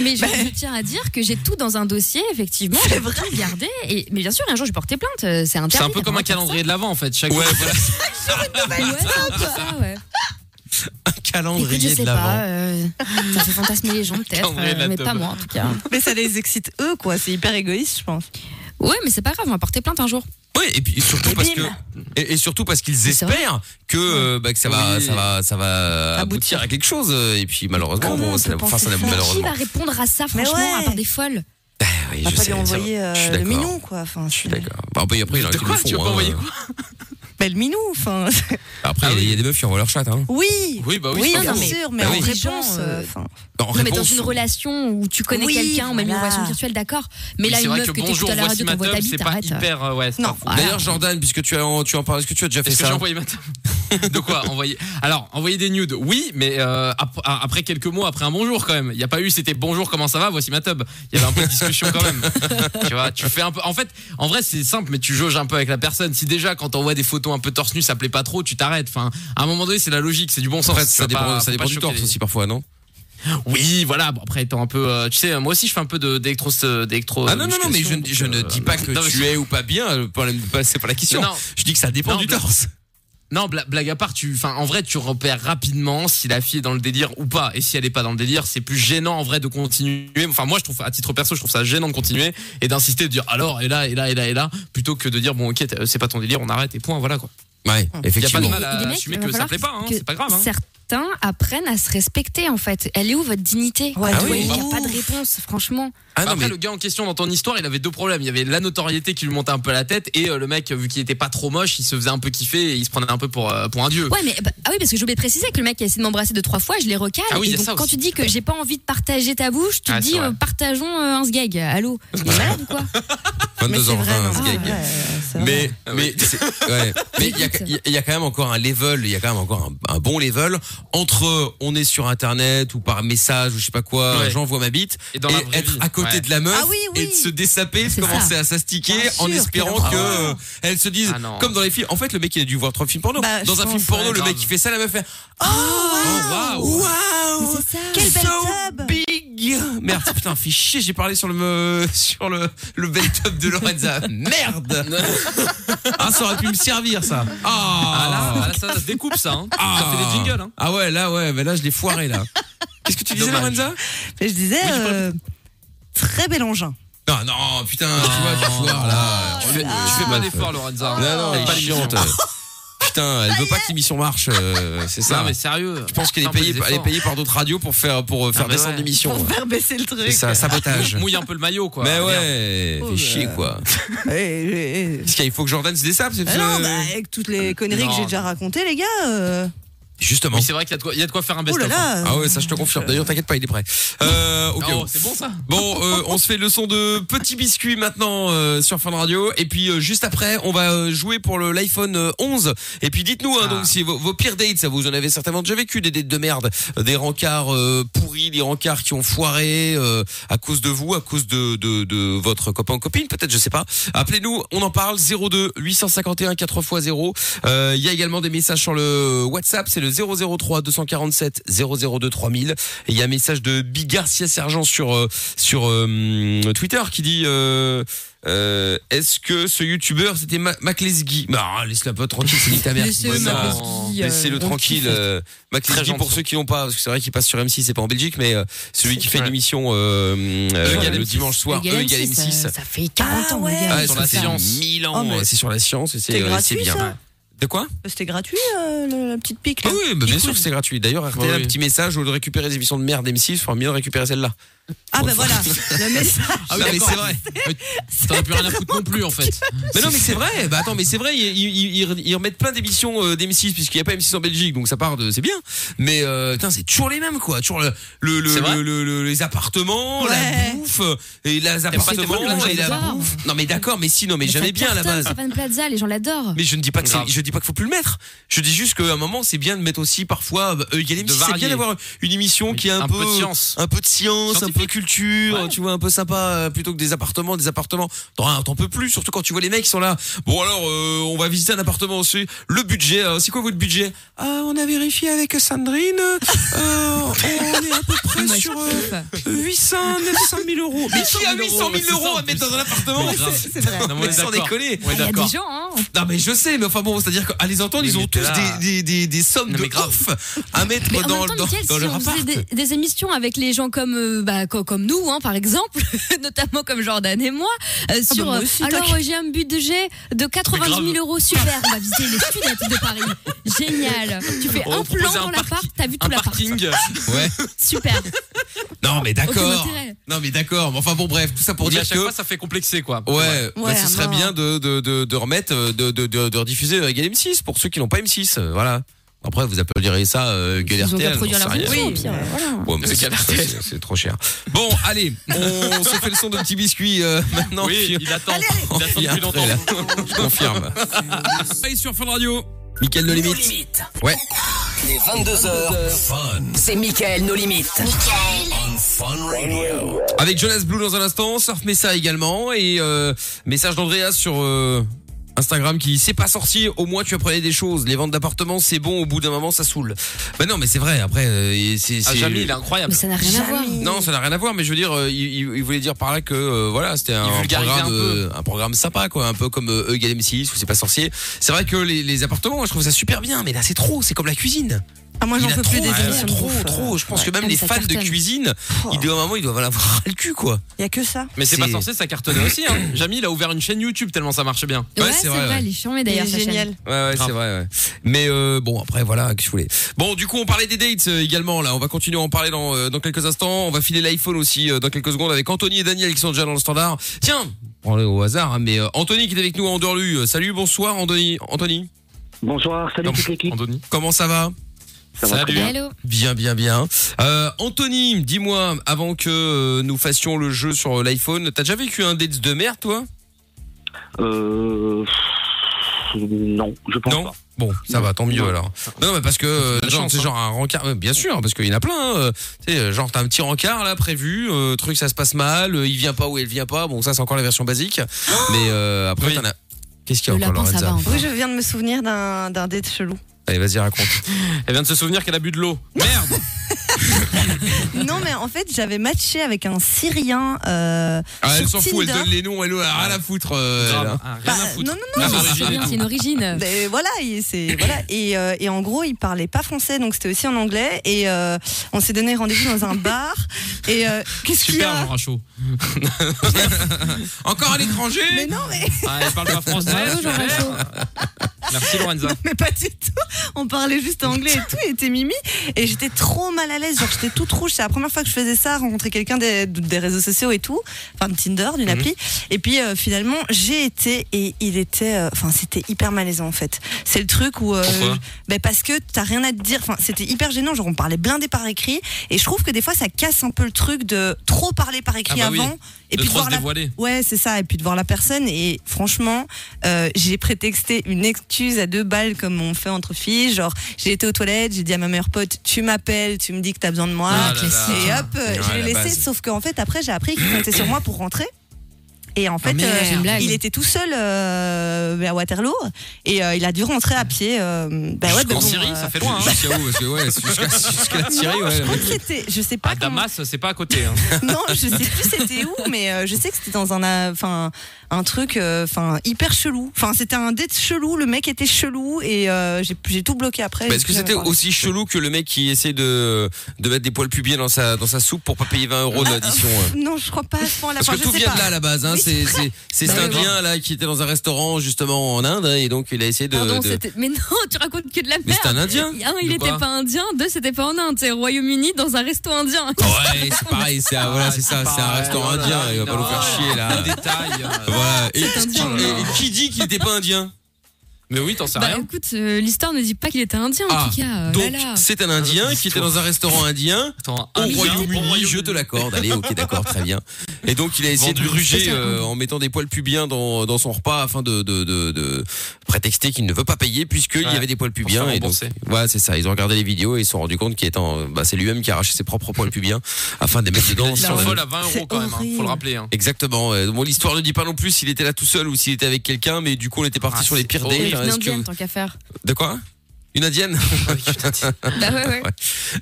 Speaker 3: Mais je,
Speaker 5: Ben.
Speaker 3: je tiens à dire que j'ai tout dans un dossier, effectivement. J'ai tout gardé. Et, mais bien sûr, un jour, j'ai porté plainte. euh, C'est
Speaker 4: C'est
Speaker 3: interdit.
Speaker 4: un peu comme un calendrier de l'avant en fait. Chaque
Speaker 2: Ouais, voilà,
Speaker 3: Ouais, c'est un peu ça, ouais.
Speaker 2: un
Speaker 3: Écoute, je
Speaker 2: calendrier
Speaker 3: sais
Speaker 2: de l'avant.
Speaker 3: pas. euh, ça fait fantasmer les gens, peut-être.
Speaker 4: Calendrier de
Speaker 3: euh,
Speaker 4: la
Speaker 3: mais
Speaker 4: teub.
Speaker 3: pas moi, en tout cas.
Speaker 5: Mais ça les excite eux, quoi. C'est hyper égoïste, je pense.
Speaker 3: Ouais, mais c'est pas grave, on va porter plainte un jour.
Speaker 2: Oui, et puis surtout
Speaker 5: Et
Speaker 2: parce
Speaker 5: bim.
Speaker 2: que et, et surtout parce qu'ils
Speaker 3: Mais c'est vrai.
Speaker 2: espèrent que euh, bah, que ça va
Speaker 4: Oui.
Speaker 2: ça va ça va aboutir
Speaker 5: Aboutir.
Speaker 2: à quelque chose euh, et puis malheureusement
Speaker 5: Comment
Speaker 2: bon
Speaker 5: on
Speaker 2: ça n'a-
Speaker 5: peut
Speaker 2: enfin ça
Speaker 5: penser
Speaker 2: n'a-
Speaker 5: ça
Speaker 3: Qui
Speaker 2: malheureusement
Speaker 3: va répondre à ça, franchement,
Speaker 5: ouais.
Speaker 3: à part des folles
Speaker 2: Ah oui,
Speaker 5: On va
Speaker 2: je
Speaker 5: pas
Speaker 2: sais, ça
Speaker 5: lui
Speaker 2: va.
Speaker 5: envoyer
Speaker 2: je suis
Speaker 5: euh, le
Speaker 2: d'accord.
Speaker 5: minou, quoi. Enfin,
Speaker 2: Je suis d'accord. Bah, après, après, il y en a
Speaker 4: De
Speaker 2: qui le
Speaker 4: quoi
Speaker 2: font,
Speaker 4: Tu veux
Speaker 2: hein.
Speaker 4: pas envoyer quoi
Speaker 5: Bah, le minou, enfin.
Speaker 2: Après,
Speaker 4: Ah
Speaker 2: il y a- il y a
Speaker 4: oui.
Speaker 2: des meufs qui envoient leur chat. Hein.
Speaker 5: Oui.
Speaker 4: Oui, bah oui,
Speaker 5: oui,
Speaker 4: c'est
Speaker 5: bien
Speaker 4: bon.
Speaker 5: sûr, mais
Speaker 2: Bah
Speaker 5: en
Speaker 2: oui.
Speaker 5: réponse, euh,
Speaker 3: Des gens,
Speaker 5: enfin,
Speaker 2: En
Speaker 3: Non, mais dans
Speaker 2: réponse-
Speaker 3: une relation où tu connais
Speaker 5: Oui,
Speaker 3: quelqu'un, même une
Speaker 5: voilà.
Speaker 3: relation virtuelle, d'accord. Mais
Speaker 4: Oui,
Speaker 3: là,
Speaker 4: c'est
Speaker 3: une
Speaker 4: vrai
Speaker 3: meuf
Speaker 4: que
Speaker 3: que
Speaker 4: bonjour,
Speaker 3: t'écoutes à la
Speaker 4: voici
Speaker 3: radio,
Speaker 4: ma
Speaker 3: qu'on voit ta
Speaker 4: teub, c'est
Speaker 3: bite,
Speaker 4: pas
Speaker 3: arrête.
Speaker 4: hyper. euh, Ouais, c'est
Speaker 5: Non.
Speaker 4: pas fou.
Speaker 2: D'ailleurs, Jordan, puisque tu en, tu en parles, est-ce que tu as déjà fait
Speaker 4: Est-ce que j'ai
Speaker 2: ça
Speaker 4: envoyé ma teub De quoi envoyer Alors, envoyer des nudes, oui, mais euh, ap- a- après quelques mots, après un bonjour quand même. Il n'y a pas eu, c'était bonjour, comment ça va, voici ma teub. Il y avait un peu de discussion quand même. tu vois, tu fais un peu. En fait, en vrai, c'est simple, mais tu jauges un peu avec la personne. Si déjà, quand t'envoies des photos un peu torse nu, ça plaît pas trop, tu t'arrêtes. Enfin, à un moment donné, c'est la logique, c'est du bon sens.
Speaker 2: Après,
Speaker 4: Tu
Speaker 2: ça
Speaker 4: vas
Speaker 2: dépend,
Speaker 4: pas-
Speaker 2: ça
Speaker 4: faut
Speaker 2: dépend
Speaker 4: pas
Speaker 2: du
Speaker 4: choquer
Speaker 2: torse
Speaker 4: les-
Speaker 2: aussi parfois, non
Speaker 4: Oui, voilà. Bon, après, étant un peu. euh, tu sais, euh, moi aussi, je fais un peu de- d'électro. d'électro-
Speaker 2: Ah non, non, non, mais je, ne- je ne
Speaker 4: euh,
Speaker 2: dis pas que
Speaker 4: non, mais
Speaker 2: tu
Speaker 4: c'est-
Speaker 2: es ou pas bien, euh, pas la- c'est pas la question.
Speaker 4: Non.
Speaker 2: Je dis que ça dépend
Speaker 4: Non,
Speaker 2: du
Speaker 4: mais-
Speaker 2: torse.
Speaker 4: Non, bla- blague à part, tu, enfin, en vrai, tu repères rapidement si la fille est dans le délire ou pas. Et si elle est pas dans le délire, c'est plus gênant en vrai de continuer. Enfin, moi, je trouve, à titre perso, je trouve ça gênant de continuer et d'insister, de dire alors, et là, et là, et là, et là, plutôt que de dire bon, ok, t'es- euh, c'est pas ton délire, on arrête et point, voilà quoi.
Speaker 2: Ouais,
Speaker 4: Y a pas de
Speaker 2: effectivement.
Speaker 4: mal à
Speaker 3: Et des mecs,
Speaker 4: assumer
Speaker 3: il va
Speaker 4: que ça
Speaker 3: falloir
Speaker 4: plaît pas, hein,
Speaker 3: que
Speaker 4: c'est pas grave. Hein.
Speaker 3: Certains apprennent à se respecter en fait. Elle est où votre dignité
Speaker 5: Ouais,
Speaker 2: Ah
Speaker 3: Tu
Speaker 2: oui,
Speaker 3: vois, Il n'y
Speaker 5: ouf.
Speaker 3: a pas de réponse, franchement.
Speaker 2: Ah non,
Speaker 4: Après,
Speaker 2: mais
Speaker 4: le gars en question dans ton histoire, il avait deux problèmes. Il y avait la notoriété qui lui montait un peu la tête et euh, le mec, vu qu'il était pas trop moche, il se faisait un peu kiffer et il se prenait un peu pour, euh, pour un dieu.
Speaker 3: Ouais, mais bah, ah oui, parce que j'ai oublié de préciser que le mec a essayé de m'embrasser deux trois fois, je l'ai recalé.
Speaker 4: Ah oui, il y
Speaker 3: et
Speaker 4: a
Speaker 3: donc,
Speaker 4: ça
Speaker 3: quand tu
Speaker 4: aussi.
Speaker 3: dis que j'ai pas envie de partager ta bouche, tu
Speaker 4: Ah, c'est
Speaker 3: dis
Speaker 4: vrai.
Speaker 3: euh, partageons euh, un sgag. Allô Il est malade ou quoi
Speaker 2: 22 ans,
Speaker 5: c'est vrai,
Speaker 2: 20,
Speaker 5: non,
Speaker 2: ce
Speaker 5: c'est
Speaker 2: gag.
Speaker 5: vrai, euh, c'est vrai.
Speaker 2: Mais
Speaker 4: Ah
Speaker 2: mais c'est- ouais. mais il y a il y a quand même encore un level, il y a quand même encore un, un bon level entre on est sur internet ou par message ou je sais pas quoi,
Speaker 4: Ouais.
Speaker 2: j'envoie ma bite
Speaker 4: Et dans la vraie
Speaker 2: être
Speaker 4: vie.
Speaker 2: à côté
Speaker 4: Ouais.
Speaker 2: de la meuf
Speaker 5: Ah oui, oui.
Speaker 2: et de se dessaper, de
Speaker 3: C'est
Speaker 2: commencer
Speaker 3: ça.
Speaker 2: à s'astiquer
Speaker 5: Bien
Speaker 2: en
Speaker 5: sûr
Speaker 2: espérant
Speaker 5: qu'elle en
Speaker 2: que
Speaker 5: parle.
Speaker 2: euh, elle se dise
Speaker 4: Ah non.
Speaker 2: comme dans les films. En fait, le mec il a dû voir trois films porno.
Speaker 5: Bah, je
Speaker 2: dans un
Speaker 5: pense,
Speaker 2: film porno,
Speaker 5: ouais.
Speaker 2: le mec
Speaker 4: Grave.
Speaker 2: il fait ça, la meuf fait
Speaker 4: Oh, waouh.
Speaker 2: waouh, waouh,
Speaker 3: C'est ça.
Speaker 5: Quelle belle
Speaker 2: so
Speaker 5: tub.
Speaker 2: big. Merde, putain, fais chier, j'ai parlé sur le me- sur le le bel tub de Lorenza. Merde. Ah, ça aurait pu me servir, ça.
Speaker 4: Ah
Speaker 2: Ah,
Speaker 4: là, ah là, ça, ça se découpe ça. Hein.
Speaker 2: ah.
Speaker 4: Ça fait des jingles. Hein.
Speaker 2: Ah ouais, là, ouais, mais là, je l'ai foiré, là. Qu'est-ce que tu disais,
Speaker 4: Dommage.
Speaker 2: Lorenza
Speaker 5: Mais je disais, euh, très bel engin.
Speaker 2: Non, non, putain, tu vois, tu foires, là.
Speaker 4: Oh. Tu fais, tu fais pas d'effort, Lorenza. hein.
Speaker 2: Non, non,
Speaker 4: Fais
Speaker 2: elle
Speaker 4: pas
Speaker 2: est
Speaker 4: l'émission.
Speaker 2: chiante. Putain, elle veut pas que l'émission marche, euh, c'est ça.
Speaker 4: Non, mais sérieux.
Speaker 2: Je pense qu'elle est payée, elle est payée par d'autres radios pour faire, pour euh, faire
Speaker 4: mais
Speaker 2: descendre
Speaker 4: Ah, bah ouais.
Speaker 2: l'émission.
Speaker 5: Pour faire baisser le truc.
Speaker 2: C'est ça, sabotage.
Speaker 4: Mouille un peu le maillot, quoi.
Speaker 2: Mais
Speaker 4: Merde.
Speaker 2: ouais,
Speaker 5: Oh,
Speaker 2: fais chier,
Speaker 5: bah.
Speaker 2: quoi.
Speaker 5: Eh, eh, eh.
Speaker 2: Parce qu'il faut que Jordan se dessape, c'est
Speaker 5: Ah non, bah, avec toutes les
Speaker 2: Ah,
Speaker 5: conneries que
Speaker 4: Non.
Speaker 5: j'ai déjà racontées, les gars. euh,
Speaker 2: Justement.
Speaker 4: Oui, c'est vrai qu'il y a de quoi- il y, a de quoi faire un
Speaker 5: Oh
Speaker 4: best-of.
Speaker 5: là
Speaker 4: hein.
Speaker 5: là.
Speaker 2: Ah ouais, ça, je te confirme. D'ailleurs, t'inquiète pas, il est prêt. Euh, ok.
Speaker 4: Oh, c'est bon ça
Speaker 2: Bon, euh, on se fait le son de Petit Biscuit maintenant euh, sur Fun Radio. Et puis euh, juste après, on va euh, jouer pour le- l'iPhone euh, 11. Et puis dites-nous hein,
Speaker 4: Ah.
Speaker 2: donc si vos, vos pires dates, ça vous en avez certainement déjà vécu des dates de merde, euh, des rencarts euh, pourris, des rencards qui ont foiré euh, à cause de vous, à cause de de, de votre copain ou copine, peut-être, je sais pas. Appelez-nous, on en parle 02 851 4 x 0. Euh, Il y a également des messages sur le WhatsApp, c'est le le 003 247 002 3000. Et il y a un message de Big Garcia Sergent sur euh, sur euh, Twitter qui dit euh, euh, est-ce que ce youtubeur c'était Ma- Mac Lesguy Bah laisse-la pas tranquille, c'est nique ta mère.
Speaker 3: Laissez-le,
Speaker 2: Ouais,
Speaker 3: Mac
Speaker 2: non.
Speaker 3: Lesguy, euh,
Speaker 2: Laissez-le
Speaker 3: donc,
Speaker 2: tranquille. euh, Mac
Speaker 4: Très
Speaker 2: Lesguy
Speaker 4: gentil.
Speaker 2: pour ceux qui n'ont pas, parce que c'est vrai qu'il passe sur M6, c'est pas en Belgique, mais euh, celui qui fait
Speaker 4: vrai.
Speaker 2: l'émission euh, euh,
Speaker 4: égale
Speaker 2: le
Speaker 4: M6.
Speaker 2: dimanche soir, E égale M6.
Speaker 3: euh, Ça, ça fait 40 ans,
Speaker 5: Ah
Speaker 3: le gars.
Speaker 5: ouais.
Speaker 2: Ah,
Speaker 4: sur
Speaker 2: ça
Speaker 4: la
Speaker 2: fait
Speaker 4: science.
Speaker 2: mille ans,
Speaker 5: Oh, mais
Speaker 2: ouais, c'est sur la science et c'est
Speaker 5: c'est
Speaker 2: euh,
Speaker 5: gratuit,
Speaker 2: c'est bien.
Speaker 5: ça
Speaker 2: De quoi
Speaker 5: C'était gratuit, euh, le- la petite pique.
Speaker 2: Ah
Speaker 4: Hein
Speaker 5: là.
Speaker 2: oui, bah,
Speaker 5: Qui
Speaker 2: bien sûr que
Speaker 5: coûte.
Speaker 2: c'est gratuit. D'ailleurs, RTL a
Speaker 4: Bah oui.
Speaker 2: un petit message, au lieu de récupérer les émissions de merde d'M6, il faudra mieux récupérer celle-là.
Speaker 5: Ah bah voilà, le message.
Speaker 4: Ah oui,
Speaker 2: Non, mais
Speaker 4: d'accord.
Speaker 2: c'est vrai.
Speaker 4: T'en as plus rien à foutre non plus en fait.
Speaker 2: Mais non, mais c'est vrai. Bah attends, mais c'est vrai. Ils, ils- ils- ils remettent plein d'émissions euh, d'M6 puisqu'il n'y a pas M6 en Belgique, donc ça part de c'est bien. Mais euh, putain, c'est toujours les mêmes quoi. Toujours le, le, le-
Speaker 4: C'est vrai
Speaker 2: le- le- le- les appartements, la
Speaker 5: Ouais.
Speaker 2: bouffe euh, et les
Speaker 4: pas été
Speaker 2: appartements
Speaker 4: voir plein de
Speaker 2: et
Speaker 4: choses
Speaker 2: la
Speaker 3: bizarres.
Speaker 2: bouffe. Non mais d'accord, mais si non mais, jamais
Speaker 3: ça
Speaker 2: bien à la
Speaker 3: cartonne,
Speaker 2: base.
Speaker 3: Stéphane Plaza, les gens l'adorent.
Speaker 2: Mais je ne dis pas que c'est-
Speaker 4: Grave.
Speaker 2: je dis pas qu'il faut plus le mettre. Je dis juste qu'à un moment c'est bien de mettre aussi parfois euh, il y a
Speaker 4: De
Speaker 2: l'émission, c'est
Speaker 4: varier.
Speaker 2: bien d'avoir une émission qui est un,
Speaker 4: Un peu de
Speaker 3: Ah,
Speaker 4: science.
Speaker 2: un peu de science, un peu
Speaker 4: Scientifique.
Speaker 2: culture,
Speaker 4: Ouais.
Speaker 2: tu vois un peu sympa euh, plutôt que des appartements, des appartements. T'en t'en peux plus surtout quand tu vois les mecs qui sont là. Bon alors euh, on va visiter un appartement aussi. Le budget, euh, c'est quoi votre budget Ah on a vérifié avec Sandrine, euh, on est à peu près
Speaker 3: Moi, je
Speaker 2: sur euh,
Speaker 3: kiffe.
Speaker 2: 800 900 000 euros. Mais qui a 800
Speaker 4: 800
Speaker 2: 000 euros à mettre dans un appartement
Speaker 4: C'est vrai. Non, mais
Speaker 2: Mais sans déconner.
Speaker 4: On est
Speaker 3: Il y a des
Speaker 4: d'accord.
Speaker 3: gens, hein.
Speaker 2: Non mais je sais, mais enfin bon, c'est-à-dire qu'à les entendre,
Speaker 4: Oui,
Speaker 2: ils ont
Speaker 4: mais
Speaker 2: tous
Speaker 4: t'es là.
Speaker 2: des, des, des, des sommes
Speaker 4: Non,
Speaker 2: de
Speaker 4: mais grave.
Speaker 2: ouf à mettre
Speaker 3: Mais
Speaker 2: dans,
Speaker 3: en même temps,
Speaker 2: dans,
Speaker 3: Mickaël,
Speaker 2: dans
Speaker 3: si
Speaker 2: leur
Speaker 3: on
Speaker 2: appart.
Speaker 3: faisait des, des émissions avec les gens comme, euh, bah, co- comme nous, hein, par exemple, notamment comme Jordan et moi, euh, sur.
Speaker 5: bah, moi
Speaker 3: euh,
Speaker 5: aussi,
Speaker 3: alors,
Speaker 5: t'inquiète.
Speaker 3: euh, j'ai un budget de 90 000
Speaker 4: grave.
Speaker 3: euros, super, on va visiter les studettes de Paris. Génial. Tu fais
Speaker 4: On
Speaker 3: un
Speaker 4: proposait
Speaker 3: plan
Speaker 4: un
Speaker 3: dans l'appart,
Speaker 4: parking-
Speaker 3: t'as vu tout
Speaker 4: Un
Speaker 3: l'appart.
Speaker 4: parking.
Speaker 2: Ouais.
Speaker 3: Super.
Speaker 2: Non mais d'accord.
Speaker 3: Aucun intérêt.
Speaker 2: Non mais d'accord. Mais Enfin bon bref, tout ça pour
Speaker 4: Pour dire à
Speaker 2: dire
Speaker 4: chaque
Speaker 2: que
Speaker 4: fois, ça fait complexer quoi.
Speaker 2: Ouais, bah,
Speaker 5: Ouais,
Speaker 2: ce serait
Speaker 5: non.
Speaker 2: bien de, de, de, de remettre, euh, de, de, de, de rediffuser euh, Galem 6 pour ceux qui n'ont pas M6. euh, Voilà. Après, vous applaudirez ça euh, Galère
Speaker 3: Ils ont qu'à
Speaker 2: RTL,
Speaker 3: produire
Speaker 2: j'en
Speaker 3: leur
Speaker 2: sais rien.
Speaker 3: version, au pire. Voilà.
Speaker 2: Ouais, mais
Speaker 4: Le
Speaker 2: c'est-
Speaker 4: Galère
Speaker 2: c'est-
Speaker 4: RTL.
Speaker 2: c'est- C'est trop cher. Bon, allez, on se fait le son de petit biscuit euh, maintenant.
Speaker 4: Oui,
Speaker 2: puis-
Speaker 4: il attend. Ah,
Speaker 2: on
Speaker 4: Il attend
Speaker 2: revient
Speaker 4: depuis
Speaker 2: après,
Speaker 4: longtemps.
Speaker 2: là. Je confirme.
Speaker 4: Allez sur Fun Radio.
Speaker 2: Michael No Limite. Ouais.
Speaker 1: Les 22h, c'est Mickaël nos limites.
Speaker 2: Avec Jonas Blue dans un instant, Surf Messa également et euh, message d'Andrea sur euh, Instagram qui dit, c'est pas sorti, au moins tu apprenais des choses. Les ventes d'appartements c'est bon, au bout d'un moment ça saoule. Bah non mais c'est vrai, après euh, et c'est...
Speaker 4: Ah,
Speaker 2: c'est-
Speaker 4: Jamie, il est
Speaker 3: Mais
Speaker 4: incroyable.
Speaker 3: ça n'a rien à voir.
Speaker 2: Non, ça n'a rien à voir, mais je veux dire, euh, il, il- il voulait dire par là que euh, voilà, c'était un,
Speaker 4: vulgarisait
Speaker 2: programme,
Speaker 4: un peu.
Speaker 2: euh, un programme sympa, quoi, un peu comme euh, E égale M6 ou C'est pas sorcier. C'est vrai que les, les appartements, moi, je trouve ça super bien, mais là c'est trop, c'est comme la cuisine.
Speaker 5: Ah, moi
Speaker 2: Il
Speaker 5: j'en
Speaker 2: a
Speaker 5: peux
Speaker 2: trop,
Speaker 5: plus des
Speaker 2: ouais,
Speaker 5: émissions de
Speaker 2: trop,
Speaker 5: bouffe, euh.
Speaker 2: trop. Je pense que même
Speaker 3: Ah, mais
Speaker 2: les
Speaker 3: ça
Speaker 2: fans de
Speaker 3: cartonne.
Speaker 2: cuisine,
Speaker 5: Oh.
Speaker 2: ils doivent vraiment, ils doivent en avoir ras le cul, quoi.
Speaker 5: Il y a que ça.
Speaker 4: Mais c'est
Speaker 2: C'est-
Speaker 4: pas censé, ça cartonnait aussi. Hein. Jamie, il a ouvert une chaîne YouTube tellement ça marche bien.
Speaker 2: Ouais,
Speaker 3: Ouais,
Speaker 2: c'est
Speaker 3: c'est
Speaker 2: vrai, ouais.
Speaker 3: vrai, les chiens, d'ailleurs,
Speaker 5: Il est
Speaker 3: sa chaîne.
Speaker 5: génial.
Speaker 2: Ouais, ouais
Speaker 4: Grave.
Speaker 2: c'est vrai. Ouais. Mais euh, bon, après voilà, que je voulais. Bon, du coup, on parlait des dates euh, également. Là, on va continuer à en parler dans euh, dans quelques instants. On va filer l'iPhone aussi euh, dans quelques secondes avec Anthony et Daniel qui sont déjà dans le standard. Tiens, on est au hasard, hein, mais euh, Anthony qui est avec nous en Dorlu. Euh, salut, bonsoir, Anthony. Anthony,
Speaker 6: Bonsoir, salut
Speaker 2: Non,
Speaker 6: toute l'équipe.
Speaker 4: Andoni.
Speaker 2: comment ça va
Speaker 6: Ça va
Speaker 4: Salut.
Speaker 6: très bien.
Speaker 3: Hello.
Speaker 2: Bien, bien, bien. Euh, Anthony, dis-moi, avant que euh, nous fassions le jeu sur euh, l'iPhone, t'as déjà vécu un date de merde, toi
Speaker 6: Euh, pff, non, je pense
Speaker 2: Non.
Speaker 6: pas.
Speaker 2: Bon, ça va, tant mieux
Speaker 6: Non.
Speaker 2: alors. Non, mais parce que euh,
Speaker 4: de la
Speaker 2: genre,
Speaker 4: chance,
Speaker 2: c'est
Speaker 4: hein.
Speaker 2: genre un rencard, ouais, bien sûr, parce qu'il y en a plein. hein, euh, tu sais, euh, genre t'as un petit rencard là prévu, euh, truc ça se passe mal, euh, il vient pas ou elle vient pas. Bon, ça c'est encore la version basique, mais euh, après
Speaker 4: Oui.
Speaker 2: t'en as. Qu'est-ce qu'il y a
Speaker 3: Le
Speaker 2: encore,
Speaker 3: lapin, ça
Speaker 2: Lorenza
Speaker 3: va. encore.
Speaker 5: Oui, je viens de me souvenir d'un d'un date chelou.
Speaker 2: Allez, vas-y raconte. Bah,
Speaker 4: Elle vient de se souvenir qu'elle a bu de l'eau. Merde.
Speaker 5: non, mais en fait, j'avais matché avec un Syrien. euh,
Speaker 2: Ah, elle
Speaker 5: sur
Speaker 2: s'en fout, elle
Speaker 5: Tinder.
Speaker 2: donne les noms, elle a rien à foutre. euh, elle,
Speaker 4: Grave.
Speaker 2: hein.
Speaker 4: Ah,
Speaker 5: Bah,
Speaker 4: Rien à foutre.
Speaker 5: non, non, non,
Speaker 4: Pas
Speaker 5: mais
Speaker 4: d'origine et
Speaker 3: C'est
Speaker 4: tout.
Speaker 3: une origine.
Speaker 5: Ben, voilà, il- c'est voilà. Et, euh, et en gros, il parlait pas français, donc c'était aussi en anglais. Et euh, on s'est donné rendez-vous dans un bar. Et euh, qu'est-ce qu'il y
Speaker 4: Super,
Speaker 5: a
Speaker 4: Laurent Chaud.
Speaker 2: Encore à l'étranger
Speaker 5: Mais non, mais,
Speaker 4: Ah, elle parle pas français.
Speaker 3: Bravo, Laurent
Speaker 4: super. Merci, Lorenza.
Speaker 5: mais pas du tout. On parlait juste anglais et tout. Et était mimi. Et j'étais trop mal à l'aise. Genre, j'étais toute rouge. C'est la première fois que je faisais ça, rencontrer quelqu'un des, des réseaux sociaux et tout. Enfin, de Tinder, d'une
Speaker 4: Mhm.
Speaker 5: appli. Et puis euh, finalement, j'ai été. Et il était. euh, Enfin, c'était hyper malaisant en fait. C'est le truc où. euh,
Speaker 4: Pourquoi
Speaker 5: ben, Parce que t'as rien à te dire. Enfin, c'était hyper gênant. Genre, on parlait blindé par écrit. Et je trouve que des fois, ça casse un peu le truc de trop parler par écrit
Speaker 4: Ah bah oui.
Speaker 5: avant. Et
Speaker 4: de
Speaker 5: puis
Speaker 4: trop se
Speaker 5: de voir la Eh
Speaker 4: dévoiler.
Speaker 5: Ouais, c'est ça. Et puis de voir la personne. Et franchement, euh, j'ai prétexté une excuse à deux balles comme on fait entre filles. Genre, j'ai été aux toilettes, j'ai dit à ma meilleure pote, tu m'appelles, tu me dis que t'as besoin de moi.
Speaker 2: Ah là là.
Speaker 5: et hop, euh,
Speaker 2: Ouais,
Speaker 5: je l'ai
Speaker 2: la
Speaker 5: laissé.
Speaker 2: base.
Speaker 5: Sauf qu'en fait, après, j'ai appris qu'il comptait sur moi pour rentrer. Et en fait,
Speaker 4: merde.
Speaker 5: euh,
Speaker 4: Ah, C'est une
Speaker 3: blague.
Speaker 5: il était tout seul euh, à Waterloo et euh, il a dû rentrer à pied. euh, bah ouais, mais
Speaker 4: Jusqu'en
Speaker 5: bon,
Speaker 4: Syrie,
Speaker 5: euh,
Speaker 4: ça fait loin. hein.
Speaker 2: Jusqu'à où Parce que ouais, jusqu'à jusqu'à la Syrie,
Speaker 5: non,
Speaker 2: ouais. Ah,
Speaker 5: je crois que c'était, je sais pas
Speaker 4: À
Speaker 5: comment-
Speaker 4: Ah, Damas, c'est pas à côté. hein.
Speaker 5: non, je sais plus c'était où, mais euh, je sais que c'était dans un, euh, enfin, un truc, euh, enfin, hyper chelou. Enfin, c'était un date chelou. Le mec était chelou et euh, j'ai, j'ai tout bloqué après.
Speaker 2: Mais Bah, est-ce que
Speaker 5: J'ai plus
Speaker 2: c'était
Speaker 5: jamais parlé.
Speaker 2: aussi chelou que le mec qui essaie de, de mettre des poils pubiens dans sa, dans sa soupe pour pas payer 20 euros
Speaker 5: Ah,
Speaker 2: de l'addition euh
Speaker 5: Non, je crois pas. à ce point-là.
Speaker 2: Parce que
Speaker 5: Enfin, je
Speaker 2: tout
Speaker 5: sais
Speaker 2: vient
Speaker 5: pas.
Speaker 2: de là à la base, hein.
Speaker 5: Oui,
Speaker 2: c'est c'est c'est cet
Speaker 3: Bah oui,
Speaker 2: Indien là qui était dans un restaurant justement en Inde hein, et donc il a essayé de.
Speaker 3: Pardon,
Speaker 2: de-
Speaker 3: c'était- mais non, tu racontes que de la merde.
Speaker 2: Mais c'est un Indien.
Speaker 3: Un, il
Speaker 4: De
Speaker 3: était
Speaker 4: quoi
Speaker 3: pas indien. Deux, c'était pas en Inde. C'est au Royaume-Uni dans un resto indien.
Speaker 2: Oh, Ouais, c'est pareil, c'est un- voilà, c'est ça, Ah, c'est un
Speaker 4: pareil,
Speaker 2: restaurant
Speaker 4: voilà,
Speaker 2: indien, il va pas nous faire
Speaker 4: évidemment.
Speaker 2: chier là.
Speaker 4: Détail. euh.
Speaker 2: Voilà. Et,
Speaker 3: C'est indien.
Speaker 2: et- et qui dit qu'il était pas indien
Speaker 4: Mais oui, t'en sais
Speaker 3: Bah
Speaker 4: rien.
Speaker 3: écoute, euh, l'histoire ne dit pas qu'il était indien
Speaker 2: Ah,
Speaker 3: en tout cas. euh,
Speaker 2: Donc
Speaker 3: là, là.
Speaker 2: c'est un indien qui était dans un restaurant indien
Speaker 4: Attends,
Speaker 2: au
Speaker 4: un milliard, au
Speaker 2: Royaume-Uni,
Speaker 4: Royaume-Uni.
Speaker 2: je te l'accorde. Allez, ok, d'accord, très bien. Et donc, il a essayé de
Speaker 4: Vendu.
Speaker 2: ruger euh, en mettant des poils pubiens dans, dans son repas afin de, de, de, de prétexter qu'il ne veut pas payer puisqu'il
Speaker 4: Ouais,
Speaker 2: y avait des poils
Speaker 4: se
Speaker 2: pubiens.
Speaker 4: faire
Speaker 2: Et donc,
Speaker 4: rembourser.
Speaker 2: voilà, c'est ça. Ils ont regardé les vidéos et ils se sont rendus compte qu'il était en- bah, c'est lui-même qui a arraché ses propres poils pubiens afin de les mettre dedans.
Speaker 4: Ils
Speaker 2: sur
Speaker 4: sont
Speaker 2: la-
Speaker 4: folles à 20 euros quand même, hein, faut le rappeler. hein.
Speaker 2: Exactement. ouais. Bon, l'histoire ne dit pas non plus s'il était là tout seul ou s'il était avec quelqu'un, mais du coup, on était parti
Speaker 4: Ah,
Speaker 2: sur les
Speaker 4: c'est
Speaker 2: pires dates.
Speaker 4: horrible.
Speaker 3: Et
Speaker 2: hein.
Speaker 3: une
Speaker 2: Est-ce que-
Speaker 3: indienne, tant qu'à faire.
Speaker 2: De quoi Une indienne
Speaker 3: Bah ouais, ouais.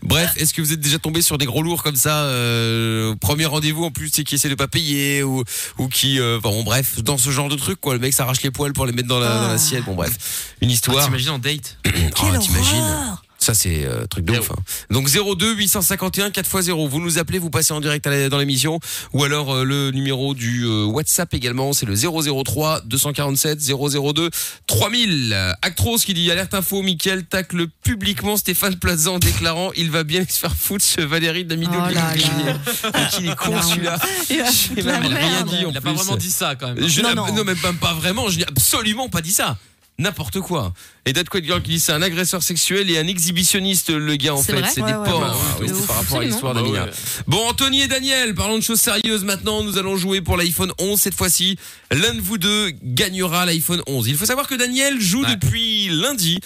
Speaker 2: Bref, est-ce que vous êtes déjà tombé sur des gros lourds comme ça euh, au Premier rendez-vous en plus, c'est qui essaie de pas payer ou ou qui, euh, enfin, bon bref, dans ce genre de truc quoi. Le mec s'arrache les poils pour les mettre dans la, dans
Speaker 5: Ah.
Speaker 2: l'assiette. Bon bref, une
Speaker 4: Ah,
Speaker 2: histoire.
Speaker 4: T'imagines en date
Speaker 2: Ah,
Speaker 5: Quelle
Speaker 2: t'imagines
Speaker 5: horreur
Speaker 2: Ça c'est euh, truc de ouf. hein. Donc 02 851 4x0. Vous nous appelez, vous passez en direct à la- dans l'émission ou alors euh, le numéro du euh, WhatsApp également, c'est le 003 247 002 3000. Euh, Actros qui dit alerte info, Mickaël tacle publiquement Stéphane Plaza en déclarant il va bien se faire foutre ce Valérie Damido
Speaker 3: Oh
Speaker 2: de
Speaker 3: là
Speaker 2: l'Ignilière. Mais qu'il est con
Speaker 3: La honte.
Speaker 2: celui-là.
Speaker 5: Et, euh,
Speaker 2: J'ai
Speaker 5: la
Speaker 2: même rien
Speaker 5: merde.
Speaker 2: dit en
Speaker 4: Il a pas
Speaker 2: plus.
Speaker 4: vraiment dit ça quand même.
Speaker 2: Je
Speaker 5: Non,
Speaker 2: n'ai-
Speaker 5: non.
Speaker 2: non, mais même pas vraiment, je n'ai absolument pas dit ça. N'importe quoi. Et Dad Quaid Girl qui dit c'est un agresseur sexuel et un exhibitionniste, le gars, en
Speaker 3: C'est
Speaker 2: fait.
Speaker 3: vrai
Speaker 2: C'est
Speaker 5: Ouais,
Speaker 2: des
Speaker 5: ouais,
Speaker 2: porcs.
Speaker 5: ouais.
Speaker 2: Ah oui,
Speaker 3: De
Speaker 2: c'est
Speaker 3: ouf,
Speaker 2: par rapport à
Speaker 3: absolument.
Speaker 2: l'histoire
Speaker 4: Ah
Speaker 2: d'Amina.
Speaker 4: ouais.
Speaker 2: Bon, Anthony et Daniel, parlons de choses sérieuses maintenant. Nous allons jouer pour l'iPhone 11 cette fois-ci. L'un de vous deux gagnera l'iPhone 11. Il faut savoir que Daniel joue
Speaker 4: Ouais.
Speaker 2: depuis lundi.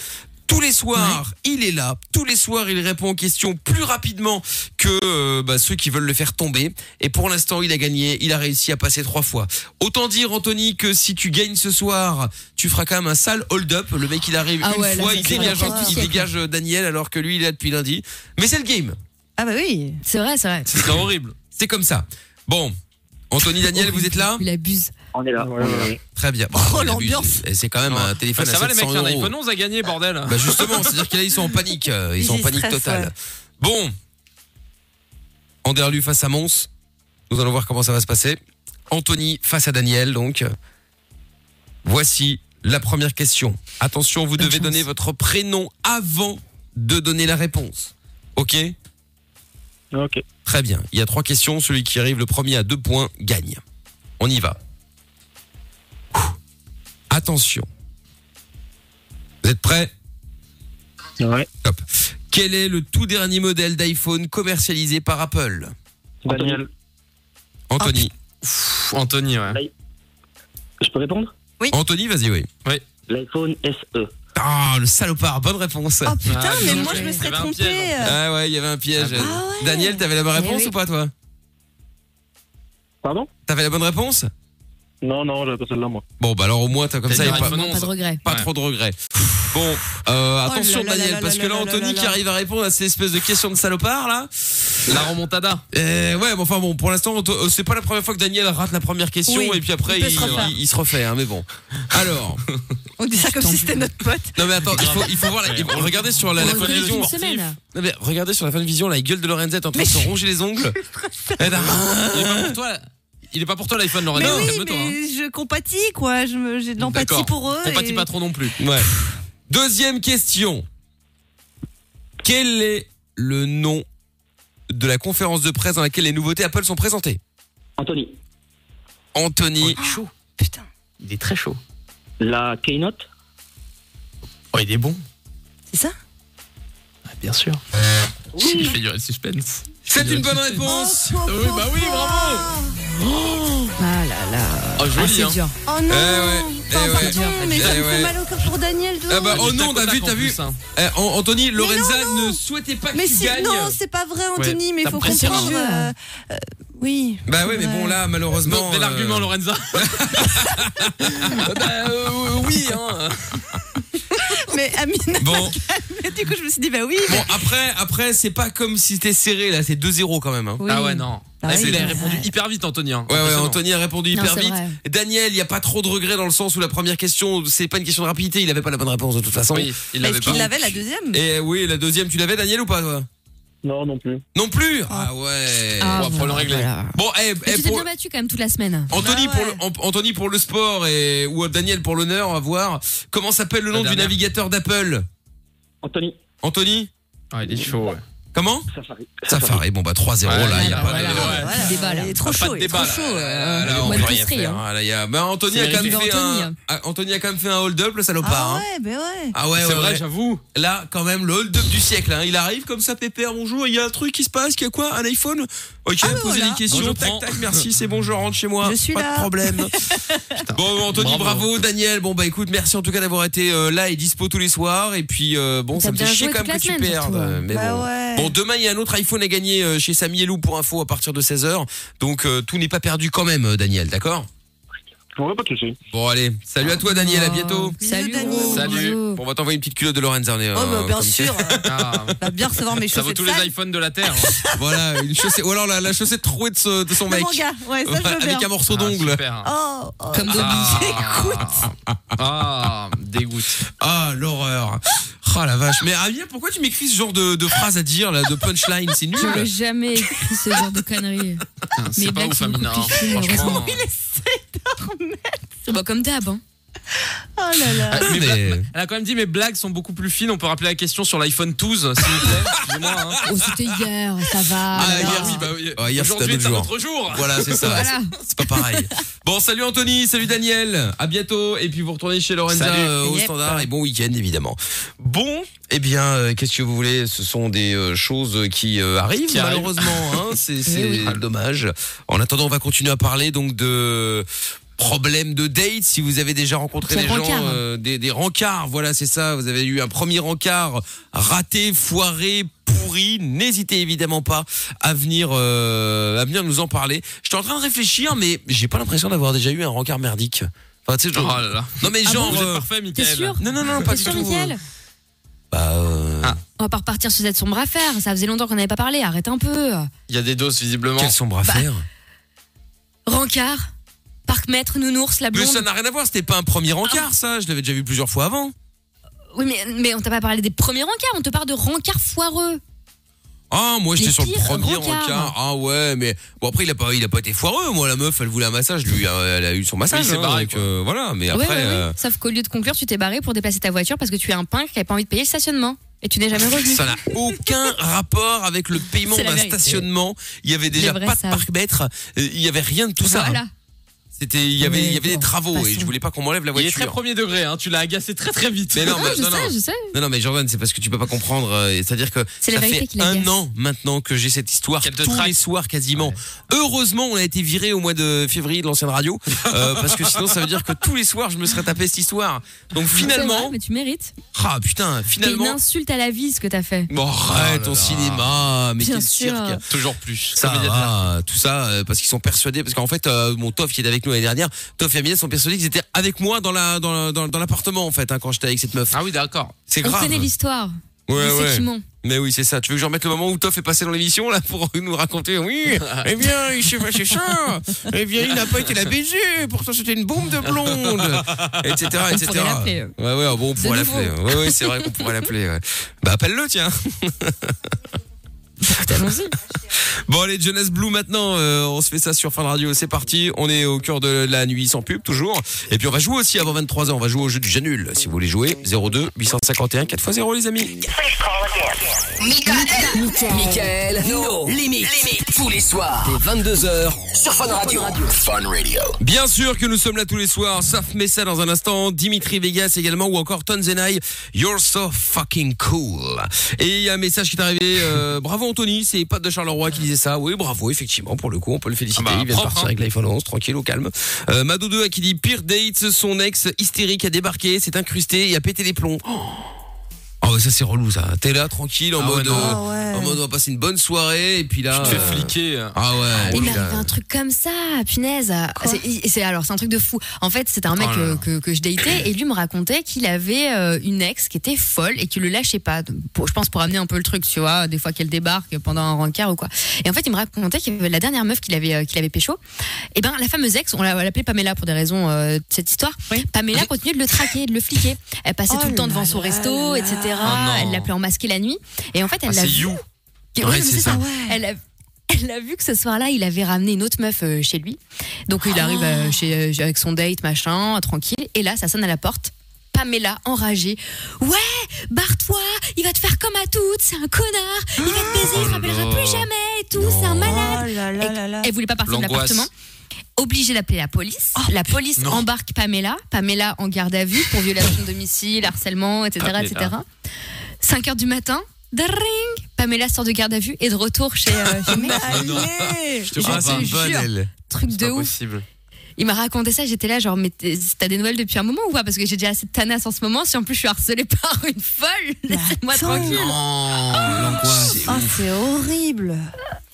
Speaker 2: Tous les soirs, il est là. Tous les soirs, il répond aux questions plus rapidement que euh, bah, ceux qui veulent le faire tomber. Et pour l'instant, il a gagné. Il a réussi à passer trois fois. Autant dire, Anthony, que si tu gagnes ce soir, tu feras quand même un sale hold-up. Le mec, il arrive
Speaker 3: Ah
Speaker 2: une
Speaker 3: ouais, là,
Speaker 2: fois,
Speaker 3: ça
Speaker 2: il
Speaker 3: fait la
Speaker 2: dégage,
Speaker 5: fête du
Speaker 2: il
Speaker 3: siècle.
Speaker 2: dégage euh, Daniel, alors que lui, il est là depuis lundi. Mais c'est le game.
Speaker 5: Ah bah oui.
Speaker 3: C'est vrai, c'est vrai.
Speaker 4: Ce serait horrible.
Speaker 2: C'est comme ça. Bon, Anthony Daniel, vous êtes là
Speaker 3: Il abuse.
Speaker 6: On est là. on est là.
Speaker 2: Très bien. Bon,
Speaker 5: Oh,
Speaker 2: il abuse.
Speaker 5: l'ambiance.
Speaker 2: Et C'est quand même un téléphone
Speaker 4: ça va
Speaker 2: à
Speaker 4: les mecs,
Speaker 2: 700
Speaker 4: il y a un
Speaker 2: euros.
Speaker 4: iPhone 11 à gagner, bordel.
Speaker 2: Bah justement, c'est-à-dire que là ils sont en panique, euh, ils
Speaker 5: Ils
Speaker 2: sont en
Speaker 5: y
Speaker 2: panique
Speaker 5: stressent,
Speaker 2: totale.
Speaker 5: ouais.
Speaker 2: Bon, Anderlu face à Mons, nous allons voir comment ça va se passer. Anthony face à Daniel, donc. Voici la première question. Attention, vous devez donner votre prénom avant de donner la réponse. Ok
Speaker 6: Ok.
Speaker 2: Très bien. Il y a trois questions. Celui qui arrive le premier à deux points gagne. On y va. Ouh. Attention. Vous êtes prêts
Speaker 6: Ouais.
Speaker 2: Top. Quel est le tout dernier modèle d'iPhone commercialisé par Apple
Speaker 6: Daniel,
Speaker 2: Anthony.
Speaker 4: Pff, Anthony, ouais.
Speaker 6: je peux répondre
Speaker 2: Anthony, vas-y, oui.
Speaker 6: L'iPhone E. SE.
Speaker 2: Ah, le salopard, bonne réponse.
Speaker 5: Oh putain,
Speaker 4: Ah,
Speaker 5: mais
Speaker 4: bien
Speaker 5: moi je
Speaker 4: joué.
Speaker 5: me
Speaker 4: Il y
Speaker 5: serais
Speaker 4: avait un
Speaker 5: trompée. euh.
Speaker 4: piège,
Speaker 2: bah.
Speaker 4: hein.
Speaker 2: Ah ouais, il y avait un piège.
Speaker 4: Ah
Speaker 5: ouais.
Speaker 2: Daniel, t'avais la bonne
Speaker 3: Eh
Speaker 2: réponse
Speaker 3: oui.
Speaker 2: ou pas, toi
Speaker 6: Pardon
Speaker 2: T'avais la bonne réponse
Speaker 6: Non, non, j'avais pas celle-là, moi.
Speaker 2: Bon, bah alors au moins, t'as comme
Speaker 4: T'as
Speaker 2: ça, il
Speaker 4: dit
Speaker 2: y a pas,
Speaker 4: iPhone
Speaker 3: Non, pas de
Speaker 4: 11.
Speaker 3: regret.
Speaker 2: pas
Speaker 4: Ouais.
Speaker 2: trop de regrets. Bon, euh,
Speaker 5: Oh
Speaker 2: attention,
Speaker 5: là là
Speaker 2: Daniel,
Speaker 5: là
Speaker 2: parce
Speaker 5: là
Speaker 2: que là,
Speaker 5: là là
Speaker 2: Anthony
Speaker 5: là
Speaker 2: qui
Speaker 5: là.
Speaker 2: arrive à répondre à ces espèces de questions de salopard, là.
Speaker 4: La remontada.
Speaker 2: Euh, ouais, mais enfin bon, pour l'instant, on te- euh, c'est pas la première fois que Daniel rate la première question
Speaker 5: Oui,
Speaker 2: et puis après,
Speaker 5: il peut
Speaker 2: il,
Speaker 5: se refaire.
Speaker 2: il- il se refait, hein, mais bon. Alors,
Speaker 5: On dit ça comme si c'était notre pote.
Speaker 2: non mais attends, il faut, il faut voir, la,
Speaker 4: Ouais.
Speaker 2: regardez sur la,
Speaker 3: On
Speaker 2: la
Speaker 3: regrette
Speaker 2: collision.
Speaker 3: une semaine.
Speaker 2: Non mais regardez sur la fin de vision la gueule de Lorenzette en train
Speaker 5: Mais
Speaker 2: de se
Speaker 5: je-
Speaker 2: ronger les ongles. Eh ben, Elle a-
Speaker 4: Il est pas pour toi, il est pas pour toi l'iPhone,
Speaker 5: Mais
Speaker 4: Lorena.
Speaker 5: oui,
Speaker 4: Calme-toi. hein.
Speaker 5: mais je compatis quoi. Je me- J'ai de l'empathie
Speaker 4: D'accord.
Speaker 5: pour eux.
Speaker 4: Compatis
Speaker 5: et-
Speaker 4: pas trop non plus.
Speaker 2: Ouais. Deuxième question. Quel est le nom de la conférence de presse dans laquelle les nouveautés Apple sont présentées
Speaker 6: Anthony,
Speaker 2: Anthony.
Speaker 4: chaud.
Speaker 5: Putain.
Speaker 4: Il est très chaud.
Speaker 6: la Keynote
Speaker 4: Oh, il est bon.
Speaker 5: C'est ça
Speaker 4: Bien sûr. Il fait durer le suspense.
Speaker 2: C'est une
Speaker 4: Ah,
Speaker 2: bonne réponse.
Speaker 4: Oui, bah oui, bravo.
Speaker 3: Ah là là.
Speaker 4: Oh,
Speaker 3: Ah,
Speaker 4: joli,
Speaker 3: c'est
Speaker 4: hein.
Speaker 3: dur.
Speaker 5: Oh non
Speaker 2: Eh ouais,
Speaker 5: Enfin,
Speaker 2: eh ouais.
Speaker 5: pardon, mais ça
Speaker 2: Eh
Speaker 5: me
Speaker 2: ouais.
Speaker 5: fait mal au cœur pour Daniel Doux.
Speaker 2: Ah bah, oh
Speaker 4: Du
Speaker 2: non,
Speaker 4: tac au
Speaker 2: David,
Speaker 4: tac,
Speaker 2: t'as
Speaker 4: en
Speaker 2: vu
Speaker 4: plus, hein.
Speaker 2: Eh, An- Anthony, Lorenza ne souhaitait pas que
Speaker 5: mais
Speaker 2: tu
Speaker 5: si,
Speaker 2: gagnes.
Speaker 5: non, c'est pas vrai, Anthony, mais
Speaker 4: t'as
Speaker 5: il faut
Speaker 4: pression.
Speaker 5: comprendre. euh, euh, Oui.
Speaker 2: Bah
Speaker 5: c'est
Speaker 2: oui, mais
Speaker 5: vrai.
Speaker 2: bon, là, malheureusement.
Speaker 4: Donc, de l'argument,
Speaker 2: euh,
Speaker 4: Lorenza. bah, euh, oui, hein.
Speaker 5: Mais Amina,
Speaker 2: Bon.
Speaker 5: mais du coup, je me suis dit, bah oui.
Speaker 2: Bon, après, après c'est pas comme si c'était serré, là, c'est 2-0 quand même. hein.
Speaker 5: Oui.
Speaker 4: Ah ouais, non.
Speaker 5: Ah
Speaker 4: Ah,
Speaker 5: oui,
Speaker 4: il a
Speaker 5: c'est
Speaker 4: répondu
Speaker 5: vrai.
Speaker 4: hyper vite, Anthony. hein.
Speaker 2: Ouais, ouais,
Speaker 4: Impressionnant.
Speaker 2: Anthony a répondu
Speaker 3: Non,
Speaker 2: hyper
Speaker 3: c'est
Speaker 2: vite.
Speaker 3: vrai.
Speaker 2: Daniel, il n'y a pas trop de regrets dans le sens où la première question, c'est pas une question de rapidité, il avait pas la bonne réponse de toute façon.
Speaker 4: Oui, il l'avait
Speaker 5: Est-ce
Speaker 4: pas.
Speaker 5: qu'il l'avait la deuxième
Speaker 2: Et oui, la deuxième, tu l'avais, Daniel, ou pas toi
Speaker 6: Non, non plus.
Speaker 2: Non plus Ah ouais
Speaker 3: Ah,
Speaker 4: on va prendre le régler.
Speaker 2: Bon, eh,
Speaker 3: Mais
Speaker 2: eh,
Speaker 3: tu t'es
Speaker 2: pour-
Speaker 3: bien battu quand même toute la semaine.
Speaker 2: Anthony,
Speaker 5: Bah
Speaker 2: pour
Speaker 5: ouais.
Speaker 2: le, Ant- Anthony pour le sport et ou Daniel pour l'honneur, on va voir. Comment s'appelle le
Speaker 4: La
Speaker 2: nom du
Speaker 4: dernière.
Speaker 2: navigateur d'Apple
Speaker 6: Anthony,
Speaker 2: Anthony
Speaker 4: Ah, il est chaud, ouais.
Speaker 2: Comment
Speaker 6: Safari.
Speaker 2: Safari, bon bah 3-0
Speaker 4: Ouais,
Speaker 2: là, il y a
Speaker 3: bah,
Speaker 2: pas
Speaker 3: voilà.
Speaker 2: de...
Speaker 4: Ouais.
Speaker 5: Ah Voilà,
Speaker 3: Débat, là.
Speaker 5: Il est trop
Speaker 4: Pas de
Speaker 5: chaud. il est
Speaker 4: débat,
Speaker 5: trop
Speaker 4: là.
Speaker 5: chaud.
Speaker 2: Ah,
Speaker 5: euh.
Speaker 2: là, on
Speaker 3: Moi,
Speaker 2: peut
Speaker 3: de
Speaker 2: rien
Speaker 3: pousserie,
Speaker 2: faire,
Speaker 3: hein.
Speaker 2: hein, là, il y a- bah, Anthony, a
Speaker 4: C'est
Speaker 2: quand même
Speaker 3: mérité.
Speaker 2: fait un... Ah, Anthony a quand même fait un hold-up, le salopard.
Speaker 5: Ah
Speaker 2: hein.
Speaker 5: ouais, bah ouais.
Speaker 2: Ah ouais,
Speaker 4: C'est
Speaker 2: ouais,
Speaker 4: vrai,
Speaker 2: ouais.
Speaker 4: j'avoue.
Speaker 2: Là, quand même, le hold-up du siècle. hein. Il arrive comme ça, pépère, bonjour, il y a un truc qui se passe, il y a quoi Un iPhone Ok,
Speaker 5: Ah, bah,
Speaker 2: posez
Speaker 5: voilà.
Speaker 2: les questions,
Speaker 4: Bon, je
Speaker 2: tac,
Speaker 4: prends.
Speaker 2: tac, merci, c'est bon, je rentre chez moi.
Speaker 5: Je suis
Speaker 2: pas
Speaker 5: là.
Speaker 2: de problème. bon, Anthony, bravo.
Speaker 4: Bravo.
Speaker 2: Daniel. Bon, bah écoute, merci en tout cas d'avoir été euh, là et dispo tous les soirs. Et puis, euh, bon,
Speaker 3: T'as
Speaker 2: ça me fait
Speaker 3: bien
Speaker 2: chier
Speaker 3: joué
Speaker 2: quand
Speaker 3: toute
Speaker 2: même que
Speaker 3: la
Speaker 2: tu
Speaker 3: semaine,
Speaker 2: perdes.
Speaker 3: surtout, hein.
Speaker 2: euh, mais
Speaker 5: Bah
Speaker 2: bon.
Speaker 5: ouais.
Speaker 2: Bon, demain, il y a un autre iPhone à gagner euh, chez Samy et Lou pour info à partir de 16h. Donc, euh, tout n'est pas perdu quand même, euh, Daniel, d'accord
Speaker 6: Ouais, pas de soucis.
Speaker 2: Bon, allez, salut à toi, Daniel, à bientôt.
Speaker 5: Bisous,
Speaker 3: Oh, Salut,
Speaker 5: Daniel.
Speaker 3: gros,
Speaker 4: Salut.
Speaker 3: bisous.
Speaker 2: Bon, on va t'envoyer une petite culotte de Lorenza. On est,
Speaker 5: Oh,
Speaker 2: euh,
Speaker 5: bah bien
Speaker 2: comme-
Speaker 5: sûr. euh,
Speaker 4: Ah,
Speaker 5: Va bien recevoir mes
Speaker 4: ça vaut
Speaker 5: chaussettes
Speaker 4: tous les
Speaker 5: sales.
Speaker 4: iPhones de la Terre. hein.
Speaker 2: Voilà, une chaussette. Ou alors la, la chaussette trouée de, ce- de son
Speaker 5: Le
Speaker 2: mec.
Speaker 5: manga, ouais, ça je
Speaker 2: Ouais,
Speaker 5: veux
Speaker 2: avec un
Speaker 5: bien.
Speaker 2: morceau
Speaker 4: Ah,
Speaker 2: d'ongle.
Speaker 4: super.
Speaker 5: Oh, oh.
Speaker 3: Comme Dobby.
Speaker 4: Ah, ah, dégoûte.
Speaker 2: Ah, l'horreur. Ah la vache. Mais Amina, pourquoi tu m'écris ce genre de, de phrase à dire, là, de punchline C'est nul.
Speaker 3: J'aurais jamais écrit ce genre de conneries.
Speaker 4: Putain,
Speaker 3: Mes
Speaker 4: C'est pas
Speaker 3: blagues
Speaker 4: ouf,
Speaker 3: sont
Speaker 4: Amina.
Speaker 3: beaucoup plus
Speaker 4: hein.
Speaker 3: fines,
Speaker 4: Franchement.
Speaker 5: Il essaie d'en remettre.
Speaker 3: Bah, comme d'hab. Hein.
Speaker 5: Oh là là.
Speaker 4: Ah, mes
Speaker 2: Mais- bah,
Speaker 4: blagues- Elle a quand même dit mes blagues sont beaucoup plus fines. On peut rappeler la question sur l'iPhone 12, s'il vous plaît. Excusez-moi. hein.
Speaker 3: Oh, c'était hier, ça va.
Speaker 2: Ah,
Speaker 3: là, là.
Speaker 2: hier, oui, bah oui. Ah, hier, c'était
Speaker 4: Aujourd'hui,
Speaker 2: un
Speaker 4: c'est un
Speaker 2: autre
Speaker 4: autre jour.
Speaker 2: Voilà, c'est ça.
Speaker 3: Voilà.
Speaker 2: C'est pas pareil. Bon, salut Anthony, salut Daniel. À bientôt. Et puis vous retournez chez Lorenza
Speaker 4: Salut.
Speaker 2: euh, au
Speaker 5: Yep.
Speaker 2: standard. Et bon week-end, évidemment. Bon, eh bien, euh, qu'est-ce que vous voulez Ce sont des euh, choses qui euh, arrivent,
Speaker 4: Qui arrivent. Eh
Speaker 2: malheureusement. hein. C'est c'est
Speaker 3: oui.
Speaker 2: dommage. En attendant, on va continuer à parler donc de problèmes de date si vous avez déjà rencontré
Speaker 3: Des
Speaker 2: des gens
Speaker 3: rencarts.
Speaker 2: euh, des, des rencarts voilà c'est ça vous avez eu un premier rencard raté foiré pourri n'hésitez évidemment pas à venir, euh, à venir nous en parler. J'étais en train de réfléchir, mais j'ai pas l'impression d'avoir déjà eu un rencard merdique. Enfin, tu sais,
Speaker 4: Oh
Speaker 2: genre-
Speaker 4: là là.
Speaker 2: non mais
Speaker 3: Ah
Speaker 2: genre.
Speaker 4: Vous êtes
Speaker 2: euh,
Speaker 4: parfait,
Speaker 3: T'es
Speaker 4: Michael.
Speaker 3: sûr
Speaker 2: non, non, non, pas
Speaker 3: T'es
Speaker 2: du
Speaker 3: sûr,
Speaker 2: tout. euh,
Speaker 3: Mickaël
Speaker 2: bah, euh,
Speaker 4: Ah.
Speaker 3: On va pas repartir sur cette sombre affaire. Ça faisait longtemps qu'on n'avait pas parlé. Arrête un peu.
Speaker 4: Il y a des doses, visiblement.
Speaker 2: quelle sombre affaire.
Speaker 3: Rancard, parc-maître, nounours, la
Speaker 2: mais
Speaker 3: blonde.
Speaker 2: ça n'a rien à voir, c'était pas un premier rencard, ça. Je l'avais déjà vu plusieurs fois avant.
Speaker 3: Oui, mais, mais on t'a pas parlé des premiers rencarts. On te parle de rencards foireux.
Speaker 2: Ah, moi j'étais
Speaker 3: Les
Speaker 2: sur le
Speaker 3: pires
Speaker 2: premier
Speaker 3: rencards.
Speaker 2: rencard. Ah ouais, mais bon après il a pas, il a pas été foireux. Moi la meuf, elle voulait un massage, lui, euh, elle a eu son massage.
Speaker 4: Oui, c'est
Speaker 2: hein,
Speaker 4: pareil,
Speaker 2: donc,
Speaker 4: quoi.
Speaker 2: euh, voilà, mais après.
Speaker 3: Ouais, ouais, ouais.
Speaker 2: euh,
Speaker 3: Sauf qu'au lieu de conclure, tu t'es barré pour déplacer ta voiture parce que tu es un punk qui n'avait pas envie de payer le stationnement. Et tu n'es jamais revenu.
Speaker 2: Ça n'a aucun rapport avec le paiement
Speaker 3: C'est la
Speaker 2: d'un
Speaker 3: vérité.
Speaker 2: stationnement. Il y avait déjà
Speaker 3: vrais
Speaker 2: pas de
Speaker 3: savent.
Speaker 2: parc-mètre. euh, Il y avait rien de tout ça.
Speaker 3: Voilà.
Speaker 2: C'était, il y avait, il y avait des
Speaker 3: bon,
Speaker 2: travaux et
Speaker 3: passons.
Speaker 2: je voulais pas qu'on m'enlève la
Speaker 4: Il est très
Speaker 2: voiture.
Speaker 4: premier degré, hein. tu l'as agacé très très vite.
Speaker 2: Mais non,
Speaker 3: Ah,
Speaker 2: mais-
Speaker 3: je
Speaker 2: non,
Speaker 3: sais,
Speaker 2: non.
Speaker 3: je sais.
Speaker 2: Non, non, mais Jordan, c'est parce que tu peux pas comprendre. euh, et C'est-à-dire que
Speaker 3: C'est
Speaker 2: ça
Speaker 3: la
Speaker 2: fait
Speaker 3: vérité qui
Speaker 2: un
Speaker 3: l'agace.
Speaker 2: an maintenant que j'ai cette histoire
Speaker 4: Qu'elle te
Speaker 2: tous les
Speaker 4: traque.
Speaker 2: soirs quasiment.
Speaker 4: Ouais.
Speaker 2: Heureusement, on a été viré au mois de février de l'ancienne radio euh, parce que sinon, ça veut dire que tous les soirs, je me serais tapé cette histoire. Donc
Speaker 3: C'est vrai,
Speaker 2: finalement,
Speaker 3: mais tu mérites.
Speaker 2: ah putain,
Speaker 3: C'est une
Speaker 2: finalement,
Speaker 3: insulte à la vie ce que t'as fait.
Speaker 2: bon, arrête
Speaker 4: Oh là
Speaker 2: ton
Speaker 4: là.
Speaker 2: cinéma, mais
Speaker 3: Bien
Speaker 2: quel
Speaker 3: sûr.
Speaker 2: cirque.
Speaker 4: Toujours plus.
Speaker 2: ça
Speaker 4: Comme il y a de la-
Speaker 2: va, tout ça euh, parce qu'ils sont persuadés parce qu'en fait euh, mon Toff qui était avec nous l'année dernière Toff et Amina sont persuadés qu'ils étaient avec moi dans la dans la- dans, dans l'appartement en fait hein, quand j'étais avec cette meuf
Speaker 4: Ah oui, d'accord.
Speaker 2: c'est
Speaker 3: On
Speaker 2: grave
Speaker 3: connaît l'histoire.
Speaker 2: ouais
Speaker 3: de ceux
Speaker 2: ouais
Speaker 3: qui mentent.
Speaker 2: mais oui c'est ça tu veux que je remette le moment où Toff est passé dans l'émission là pour nous raconter oui eh bien il s'est fâché ça eh bien il n'a pas été la baiser pourtant c'était une bombe de blonde etc etc
Speaker 3: pourrait l'appeler. hein.
Speaker 2: ouais ouais bon on pourrait
Speaker 3: nouveau.
Speaker 2: l'appeler ouais ouais c'est vrai qu'on pourrait l'appeler ouais. bah appelle-le tiens
Speaker 3: Bah, Allons-y.
Speaker 2: Bon allez Jonas Blue maintenant, euh, on se fait ça sur Fin de Radio, c'est parti, on est au cœur de la nuit sans pub toujours. Et puis on va jouer aussi avant 23h, on va jouer au jeu du Janul. Si vous voulez jouer, 02 851 4x0 les amis.
Speaker 1: Michael, no limite. Tous les soirs, dès 22h, sur Fun Radio.
Speaker 2: Bien sûr que nous sommes là tous les soirs, Saf Messa dans un instant, Dimitri Vegas également ou encore Tonzenai, You're so fucking cool. Et il y a un message qui est arrivé, euh, bravo Anthony, c'est Pat de Charleroi qui disait ça. Oui bravo effectivement pour le coup, on peut le féliciter,
Speaker 4: Ah bah,
Speaker 2: il vient de
Speaker 4: propre,
Speaker 2: partir
Speaker 4: hein.
Speaker 2: avec l'iPhone 11, tranquille au calme. Euh, Mado 2 a qui dit pire date, son ex hystérique a débarqué, s'est incrusté et a pété les plombs. Oh. Oh,
Speaker 4: Ah ouais, ça c'est relou ça. T'es là tranquille en
Speaker 2: Ah ouais,
Speaker 4: mode,
Speaker 2: non.
Speaker 4: euh,
Speaker 5: Ah ouais.
Speaker 4: en mode on va passer une bonne soirée et puis là.
Speaker 2: Tu te fais
Speaker 4: euh,
Speaker 2: fliquer. hein.
Speaker 4: Ah ouais.
Speaker 3: Il
Speaker 4: relou,
Speaker 3: m'est arrivé
Speaker 4: là.
Speaker 3: un truc comme ça, punaise. C'est- il- C'est alors c'est un truc de fou. En fait, c'était un mec
Speaker 2: Oh là là.
Speaker 3: euh, que, que je datais et lui me racontait qu'il avait euh, une ex qui était folle et qui le lâchait pas. Donc, pour- je pense pour amener un peu le truc, tu vois, des fois qu'elle débarque pendant un rencard ou quoi. Et en fait, il me racontait qu'il y avait la dernière meuf qu'il avait euh, qu'il avait pécho. Et ben la fameuse ex, on l'a- on l'appelait Pamela pour des raisons euh, de cette histoire. Pamela continuait de le traquer, de le fliquer. Elle passait
Speaker 5: Oh
Speaker 3: tout le temps
Speaker 5: là
Speaker 3: devant son
Speaker 5: là
Speaker 3: resto,
Speaker 5: là.
Speaker 3: etc.
Speaker 2: Ah non.
Speaker 3: elle l'appelait en masqué la nuit. Et en fait, elle
Speaker 2: Ah,
Speaker 3: l'a
Speaker 2: c'est
Speaker 3: vu-
Speaker 2: you.
Speaker 3: oui,
Speaker 2: Ouais,
Speaker 3: mais
Speaker 2: c'est
Speaker 3: c'est
Speaker 2: ça.
Speaker 3: ça. Elle a, elle a vu que ce soir-là, il avait ramené une autre meuf euh, chez lui. Donc il arrive euh, chez, euh, avec son date, machin, euh, tranquille. Et là, ça sonne à la porte. Pamela, enragée. Ouais, barre-toi, il va te faire comme à toutes, c'est un connard, il va te baiser,
Speaker 2: Oh
Speaker 3: il te
Speaker 2: là
Speaker 3: rappellera
Speaker 2: là.
Speaker 3: plus jamais et tout, c'est un malade.
Speaker 5: Oh là là là là.
Speaker 3: Elle voulait pas partir de
Speaker 2: L'angoisse. Oh,
Speaker 3: l'appartement. Obligée d'appeler la police. la police
Speaker 2: non.
Speaker 3: embarque Pamela. Pamela en garde à vue pour violation de domicile, harcèlement, etc.
Speaker 2: Pamela.
Speaker 3: etc. 5 heures du matin, dring Pamela sort de garde à vue et de retour chez, euh, chez
Speaker 5: Mais
Speaker 3: mec.
Speaker 2: non.
Speaker 5: allez
Speaker 2: Je te
Speaker 3: Je
Speaker 2: vois
Speaker 3: te
Speaker 2: pas.
Speaker 3: jure.
Speaker 4: Bonne, elle.
Speaker 3: Truc
Speaker 2: C'est
Speaker 3: de
Speaker 2: pas
Speaker 3: ouf.
Speaker 2: possible.
Speaker 3: Il m'a raconté ça, j'étais là, genre, mais t'es- t'as des nouvelles depuis un moment ou pas Parce que j'ai déjà assez de tanas en ce moment. Si en plus je suis harcelée par une folle, laissez-moi
Speaker 5: attends.
Speaker 3: tranquille.
Speaker 2: Non, l'angoisse.
Speaker 5: Oh, c'est horrible.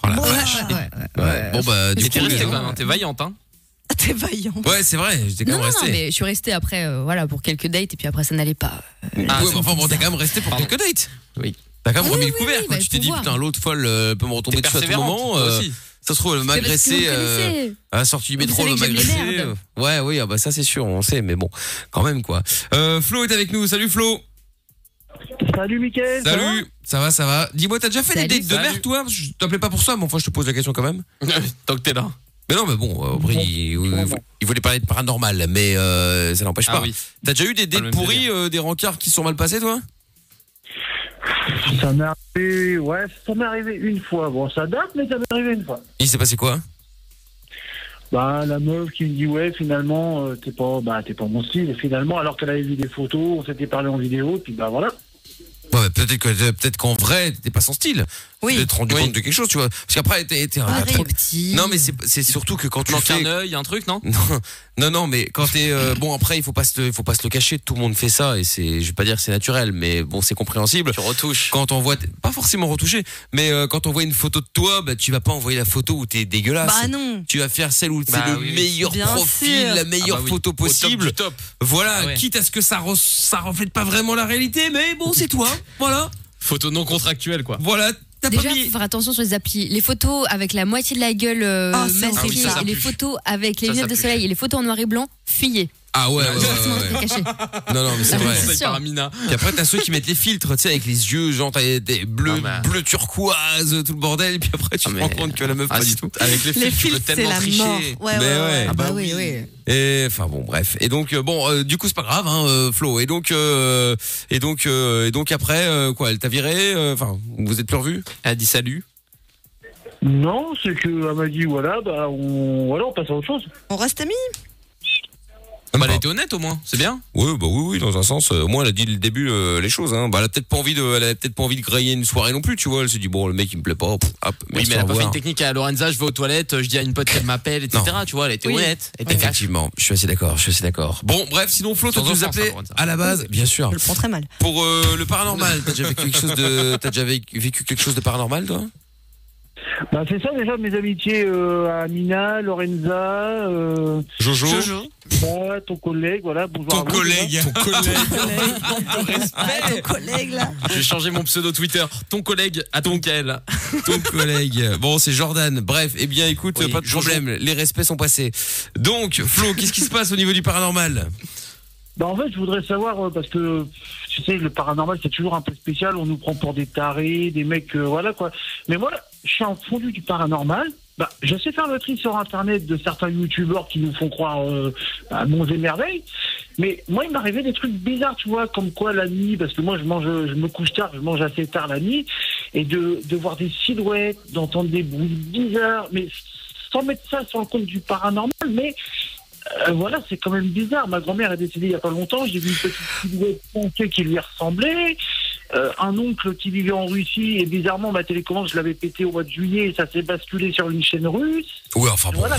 Speaker 4: Oh la
Speaker 5: Ouais,
Speaker 4: vache.
Speaker 3: Ouais, ouais, ouais.
Speaker 4: Ouais. Bon bah
Speaker 2: Mais
Speaker 4: du
Speaker 2: t'es
Speaker 4: coup.
Speaker 2: restée
Speaker 4: euh,
Speaker 2: quand même, hein, t'es vaillante, hein.
Speaker 5: T'es vaillant.
Speaker 4: Ouais, c'est vrai, j'étais quand
Speaker 3: Non,
Speaker 4: même
Speaker 3: non, non,
Speaker 4: resté.
Speaker 3: mais je suis restée après, euh, voilà, pour quelques dates et puis après ça n'allait pas.
Speaker 2: Ah,
Speaker 4: ouais,
Speaker 2: c'est
Speaker 4: mais enfin, bon, t'es quand même resté pour
Speaker 2: Pardon.
Speaker 4: quelques dates.
Speaker 2: Oui.
Speaker 4: T'as quand même
Speaker 3: Oui,
Speaker 4: remis le
Speaker 3: oui,
Speaker 4: couvert
Speaker 3: oui,
Speaker 4: quand
Speaker 3: bah,
Speaker 4: tu t'es
Speaker 3: faut
Speaker 4: dit,
Speaker 3: voir.
Speaker 4: putain, l'autre folle euh, peut me retomber
Speaker 2: T'es
Speaker 4: dessus à tout
Speaker 2: persévérante,
Speaker 4: moment.
Speaker 2: toi
Speaker 4: euh,
Speaker 2: aussi. Ah
Speaker 4: ça se trouve, elle va m'agresser. euh, à la sortie du
Speaker 3: Vous
Speaker 4: métro,
Speaker 3: savez
Speaker 4: elle
Speaker 3: que
Speaker 4: va
Speaker 3: j'aime les
Speaker 4: m'agresser.
Speaker 3: merdes.
Speaker 4: Ouais, oui, ah bah ça c'est sûr, on sait, mais bon, quand même quoi. Euh, Flo est avec nous, salut Flo.
Speaker 6: Salut, Mickaël. ça va
Speaker 4: Salut, ça va, ça va. Dis-moi, t'as déjà fait
Speaker 3: Salut.
Speaker 4: des dates de
Speaker 2: Salut.
Speaker 4: merde, toi Parce que Je t'appelais pas pour ça, mais enfin, je te pose la question quand même.
Speaker 2: Tant que t'es là.
Speaker 4: Mais non, mais bon, euh, après, il, il- il voulait parler de paranormal, mais euh, ça n'empêche
Speaker 2: Ah
Speaker 4: pas.
Speaker 2: oui.
Speaker 4: T'as déjà eu
Speaker 2: Pas
Speaker 4: des
Speaker 2: le
Speaker 4: dates
Speaker 2: même
Speaker 4: pourries, euh, des rencarts qui se sont mal passés, toi
Speaker 6: Ça m'est arrivé, ouais, ça m'est arrivé une fois. Bon, ça date, mais ça m'est arrivé une fois.
Speaker 4: Il s'est passé quoi
Speaker 6: Bah, la meuf qui me dit, ouais, finalement, euh, t'es pas, bah, t'es pas mon style. Et finalement, alors qu'elle avait vu des photos, on s'était parlé en vidéo, puis bah voilà.
Speaker 4: Ouais, mais peut-être que euh, peut-être qu'en vrai, t'es pas son style.
Speaker 5: Oui.
Speaker 4: Tu t'es rendu
Speaker 2: Oui.
Speaker 4: compte de quelque chose, tu vois. Parce qu'après, t'es t'es un
Speaker 5: Ah,
Speaker 4: t'as
Speaker 5: oui.
Speaker 4: trop-
Speaker 3: petit.
Speaker 4: Non, mais c'est c'est surtout que quand tu
Speaker 2: Tu
Speaker 4: fais-
Speaker 2: un œil, un truc, non
Speaker 4: Non, non, non, mais quand t'es euh, bon après, il faut pas se, il faut pas se le cacher. Tout le monde fait ça et c'est, je vais pas dire que c'est naturel, mais bon, c'est compréhensible.
Speaker 2: Tu retouches.
Speaker 4: Quand on voit, pas forcément retouché, mais euh, quand on voit une photo de toi, bah tu vas pas envoyer la photo où t'es dégueulasse.
Speaker 5: Bah non.
Speaker 4: Tu vas faire celle où c'est
Speaker 2: Bah
Speaker 4: le
Speaker 2: oui, oui.
Speaker 4: meilleur
Speaker 5: Bien
Speaker 4: profil,
Speaker 5: sûr.
Speaker 4: la meilleure
Speaker 2: Ah bah oui.
Speaker 4: photo
Speaker 2: Au top
Speaker 4: possible.
Speaker 2: du top.
Speaker 4: Voilà,
Speaker 2: Ah ouais.
Speaker 4: quitte à ce que ça, re- ça reflète pas vraiment la réalité, mais bon, c'est toi. Voilà,
Speaker 2: Photo non contractuelle, quoi.
Speaker 4: voilà. T'as pas
Speaker 3: Déjà,
Speaker 4: mis.
Speaker 3: faut faire attention sur les applis. Les photos avec la moitié de la gueule euh,
Speaker 5: Ah, ça,
Speaker 3: masquée,
Speaker 2: ah oui, ça, ça
Speaker 3: et les
Speaker 2: pue.
Speaker 3: photos avec les
Speaker 2: Ça, ça
Speaker 3: lunettes de
Speaker 2: pue.
Speaker 3: soleil et les photos en noir et blanc, fuyez.
Speaker 4: Ah ouais, ouais, ouais,
Speaker 3: Sinon,
Speaker 4: ouais,
Speaker 3: restez
Speaker 4: ouais.
Speaker 3: cachés.
Speaker 4: Non, non, mais c'est
Speaker 3: Ah,
Speaker 4: vrai.
Speaker 3: c'est
Speaker 2: Conseil
Speaker 3: sûr.
Speaker 2: par Amina.
Speaker 4: Puis après, t'as ceux qui mettent les filtres, tu sais, avec les yeux, genre, t'as des bleus,
Speaker 2: Non, mais-
Speaker 4: bleu turquoise, tout le bordel, et puis après, tu
Speaker 2: Ah,
Speaker 4: te
Speaker 2: mais-
Speaker 4: rends compte que la meuf,
Speaker 2: Ah,
Speaker 4: pas
Speaker 2: si-
Speaker 4: du tout.
Speaker 2: Avec les, filtres, tu
Speaker 5: Les
Speaker 2: peux
Speaker 5: filtres, c'est
Speaker 2: tellement
Speaker 5: la
Speaker 2: tricher.
Speaker 5: mort. Ouais, ouais,
Speaker 4: Mais ouais.
Speaker 5: ouais.
Speaker 4: Ah
Speaker 3: bah oui, oui.
Speaker 4: Et, enfin bon, bref. Et donc, euh, bon, euh, du coup, c'est pas grave, hein, euh, Flo. Et donc, euh, et donc, euh, et donc après, euh, quoi, elle t'a viré, euh, enfin, vous êtes plus revus
Speaker 2: Elle a dit salut.
Speaker 6: Non, c'est qu'elle m'a dit, voilà, bah, on, voilà, on passe à autre chose.
Speaker 5: On reste amis
Speaker 2: Bah, elle était honnête au moins, c'est bien.
Speaker 4: Ouais, bah oui, oui, dans un sens, euh, au moins, elle a dit le début euh, les choses, hein. Bah, elle a peut-être pas envie de, elle a peut-être pas envie de grailler une soirée non plus, tu vois. Elle s'est dit, bon, le mec, il me plaît pas, pff, hop,
Speaker 2: Oui,
Speaker 4: merci,
Speaker 2: mais elle
Speaker 4: au
Speaker 2: a pas fait
Speaker 4: revoir.
Speaker 2: une technique à Lorenza, je vais aux toilettes, je dis à une pote qu'elle m'appelle, etc. Tu vois, elle était
Speaker 5: Oui.
Speaker 2: honnête. Elle était cash.
Speaker 4: Effectivement, je suis assez d'accord, je suis assez d'accord. Bon, bref, sinon Flo, toi
Speaker 2: Sans
Speaker 4: tu nous
Speaker 2: offense,
Speaker 4: appelais
Speaker 2: hein, Lorenza.
Speaker 4: à la base, bien sûr.
Speaker 5: Je le prends très mal.
Speaker 4: Pour euh, le paranormal, t'as déjà vécu quelque chose de, t'as déjà vécu vécu quelque chose de paranormal, toi
Speaker 6: Bah, c'est ça, déjà, mes amitiés, euh, à Mina, Lorenza, euh,
Speaker 4: Jojo,
Speaker 6: bah, ton collègue, voilà, bonjour. à vous, déjà.
Speaker 4: ton collègue,
Speaker 5: Ah, ton collègue là.
Speaker 2: J'ai changé mon pseudo Twitter. Ton collègue à ton Kael.
Speaker 4: ton collègue. Bon, c'est Jordan. Bref, eh bien, écoute,
Speaker 2: Oui,
Speaker 4: pas de
Speaker 2: Jojo.
Speaker 4: problème, les respects sont passés. Donc, Flo, qu'est-ce qui se passe au niveau du paranormal
Speaker 6: Bah, en fait, je voudrais savoir, euh, parce que, tu sais, le paranormal, c'est toujours un peu spécial. On nous prend pour des tarés, des mecs, euh, voilà, quoi. Mais moi, je suis en fondu du paranormal. Bah, je sais faire le tri sur Internet de certains youtubeurs qui nous font croire euh, à monts et merveilles. Mais moi, il m'arrivait des trucs bizarres, tu vois, comme quoi la nuit, parce que moi, je mange, je me couche tard, je mange assez tard la nuit, et de, de voir des silhouettes, d'entendre des bruits bizarres, mais sans mettre ça sur le compte du paranormal, mais euh, voilà, c'est quand même bizarre. Ma grand-mère est décédée il y a pas longtemps, j'ai vu une petite silhouette pontée qui lui ressemblait. euh, un oncle qui vivait en Russie et bizarrement ma télécommande je l'avais pété au mois de juillet et ça s'est basculé sur une chaîne russe.
Speaker 4: Ouais, enfin bon.
Speaker 6: Voilà.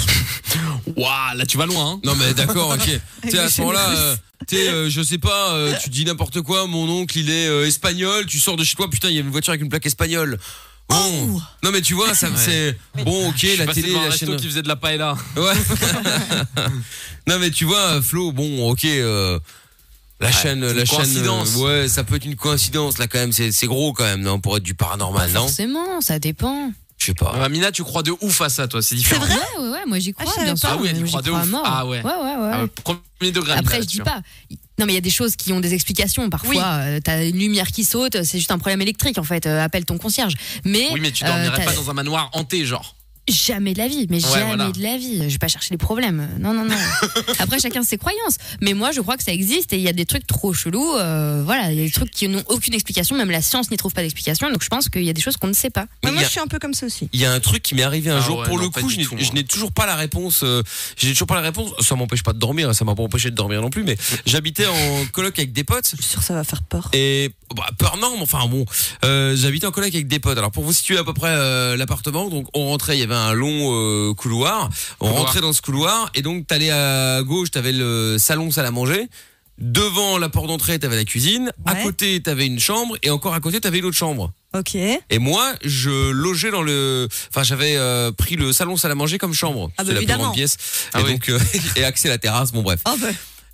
Speaker 2: Waouh, là tu vas loin. hein.
Speaker 4: Non mais d'accord, ok. tu sais, à
Speaker 5: les
Speaker 4: ce moment-là,
Speaker 5: chaînes
Speaker 4: euh, tu sais, euh, je sais pas, euh, tu dis n'importe quoi, mon oncle il est euh, espagnol, tu sors de chez toi, putain, il y a une voiture avec une plaque espagnole. Bon. Non mais tu vois, ça me c'est bon, OK,
Speaker 2: Je suis
Speaker 4: la
Speaker 2: passé
Speaker 4: télé,
Speaker 2: devant un
Speaker 4: la
Speaker 2: resto
Speaker 4: chaîne.
Speaker 2: qui faisait de la paella.
Speaker 4: Ouais. non mais tu vois Flo, bon OK euh, la chaîne
Speaker 2: c'est une
Speaker 4: la chaîne
Speaker 2: coïncidence.
Speaker 4: euh, ouais, ça peut être une coïncidence là quand même, c'est c'est gros quand même non pour être du paranormal, non
Speaker 3: Bah, Forcément, ça dépend.
Speaker 4: Je sais pas.
Speaker 2: Ah, Mina, tu crois de ouf à ça, toi, c'est différent.
Speaker 5: C'est vrai
Speaker 3: Ouais, ouais, ouais, moi j'y crois,
Speaker 5: Ah, je savais
Speaker 3: bien
Speaker 5: pas.
Speaker 3: sûr.
Speaker 2: Ah oui, elle y
Speaker 3: j'y
Speaker 2: croit de
Speaker 3: à
Speaker 2: ouf.
Speaker 3: mort.
Speaker 2: Ah ouais.
Speaker 3: Ouais, ouais, ouais.
Speaker 2: Ah ouais, premier degré.
Speaker 3: Après,
Speaker 2: Mina,
Speaker 3: je dis
Speaker 2: là-dessus.
Speaker 3: pas. Non, mais il y a des choses qui ont des explications.
Speaker 5: Oui.
Speaker 3: Parfois, euh, t'as une lumière qui saute, c'est juste un problème électrique, en fait. Euh, appelle ton concierge. Mais,
Speaker 2: Oui, mais tu
Speaker 3: euh,
Speaker 2: dormirais
Speaker 3: t'as-
Speaker 2: pas dans un manoir hanté, genre.
Speaker 3: Jamais de la vie, mais
Speaker 2: Ouais,
Speaker 3: jamais
Speaker 2: voilà.
Speaker 3: de la vie. Je vais pas chercher les problèmes. Non, non, non. Après, chacun ses croyances. Mais moi, je crois que ça existe et il y a des trucs trop chelous. euh, voilà, il y a des trucs qui n'ont aucune explication. Même la science n'y trouve pas d'explication. Donc, je pense qu'il y a des choses qu'on ne sait pas.
Speaker 4: Mais
Speaker 5: Mais
Speaker 4: il
Speaker 5: moi,
Speaker 4: y a-
Speaker 5: je suis un peu comme ça aussi.
Speaker 4: Il y a un truc qui m'est arrivé un
Speaker 2: Ah
Speaker 4: jour.
Speaker 2: ouais,
Speaker 4: pour
Speaker 2: non,
Speaker 4: le
Speaker 2: pas
Speaker 4: coup,
Speaker 2: du
Speaker 4: je n'ai-
Speaker 2: tout, hein. moi.
Speaker 4: je n'ai toujours pas la réponse. euh, je n'ai toujours pas la réponse. Ça m'empêche pas de dormir. Ça m'a pas empêché de dormir non plus. Mais j'habitais en coloc avec des potes.
Speaker 5: Je suis sûr que ça va faire peur.
Speaker 4: Et bah, peur non, mais enfin bon, euh, j'habitais en coloc avec des potes. Alors pour vous situer à peu près euh, l'appartement, donc on rentrait, il y avait un long euh, couloir. On
Speaker 2: Couloir.
Speaker 4: rentrait dans ce couloir et donc t'allais à gauche, t'avais le salon salle à manger. Devant la porte d'entrée, t'avais la cuisine. À
Speaker 5: Ouais.
Speaker 4: côté, t'avais une chambre et encore à côté, t'avais une autre chambre.
Speaker 5: Ok.
Speaker 4: Et moi, je logeais dans le, enfin, j'avais euh, pris le salon salle à manger comme chambre.
Speaker 5: Ah bah,
Speaker 4: C'était la plus
Speaker 5: évidemment.
Speaker 4: grande pièce.
Speaker 2: Ah
Speaker 4: et
Speaker 2: oui.
Speaker 4: donc, euh, et accès à la terrasse. Bon bref.
Speaker 5: Oh, bah,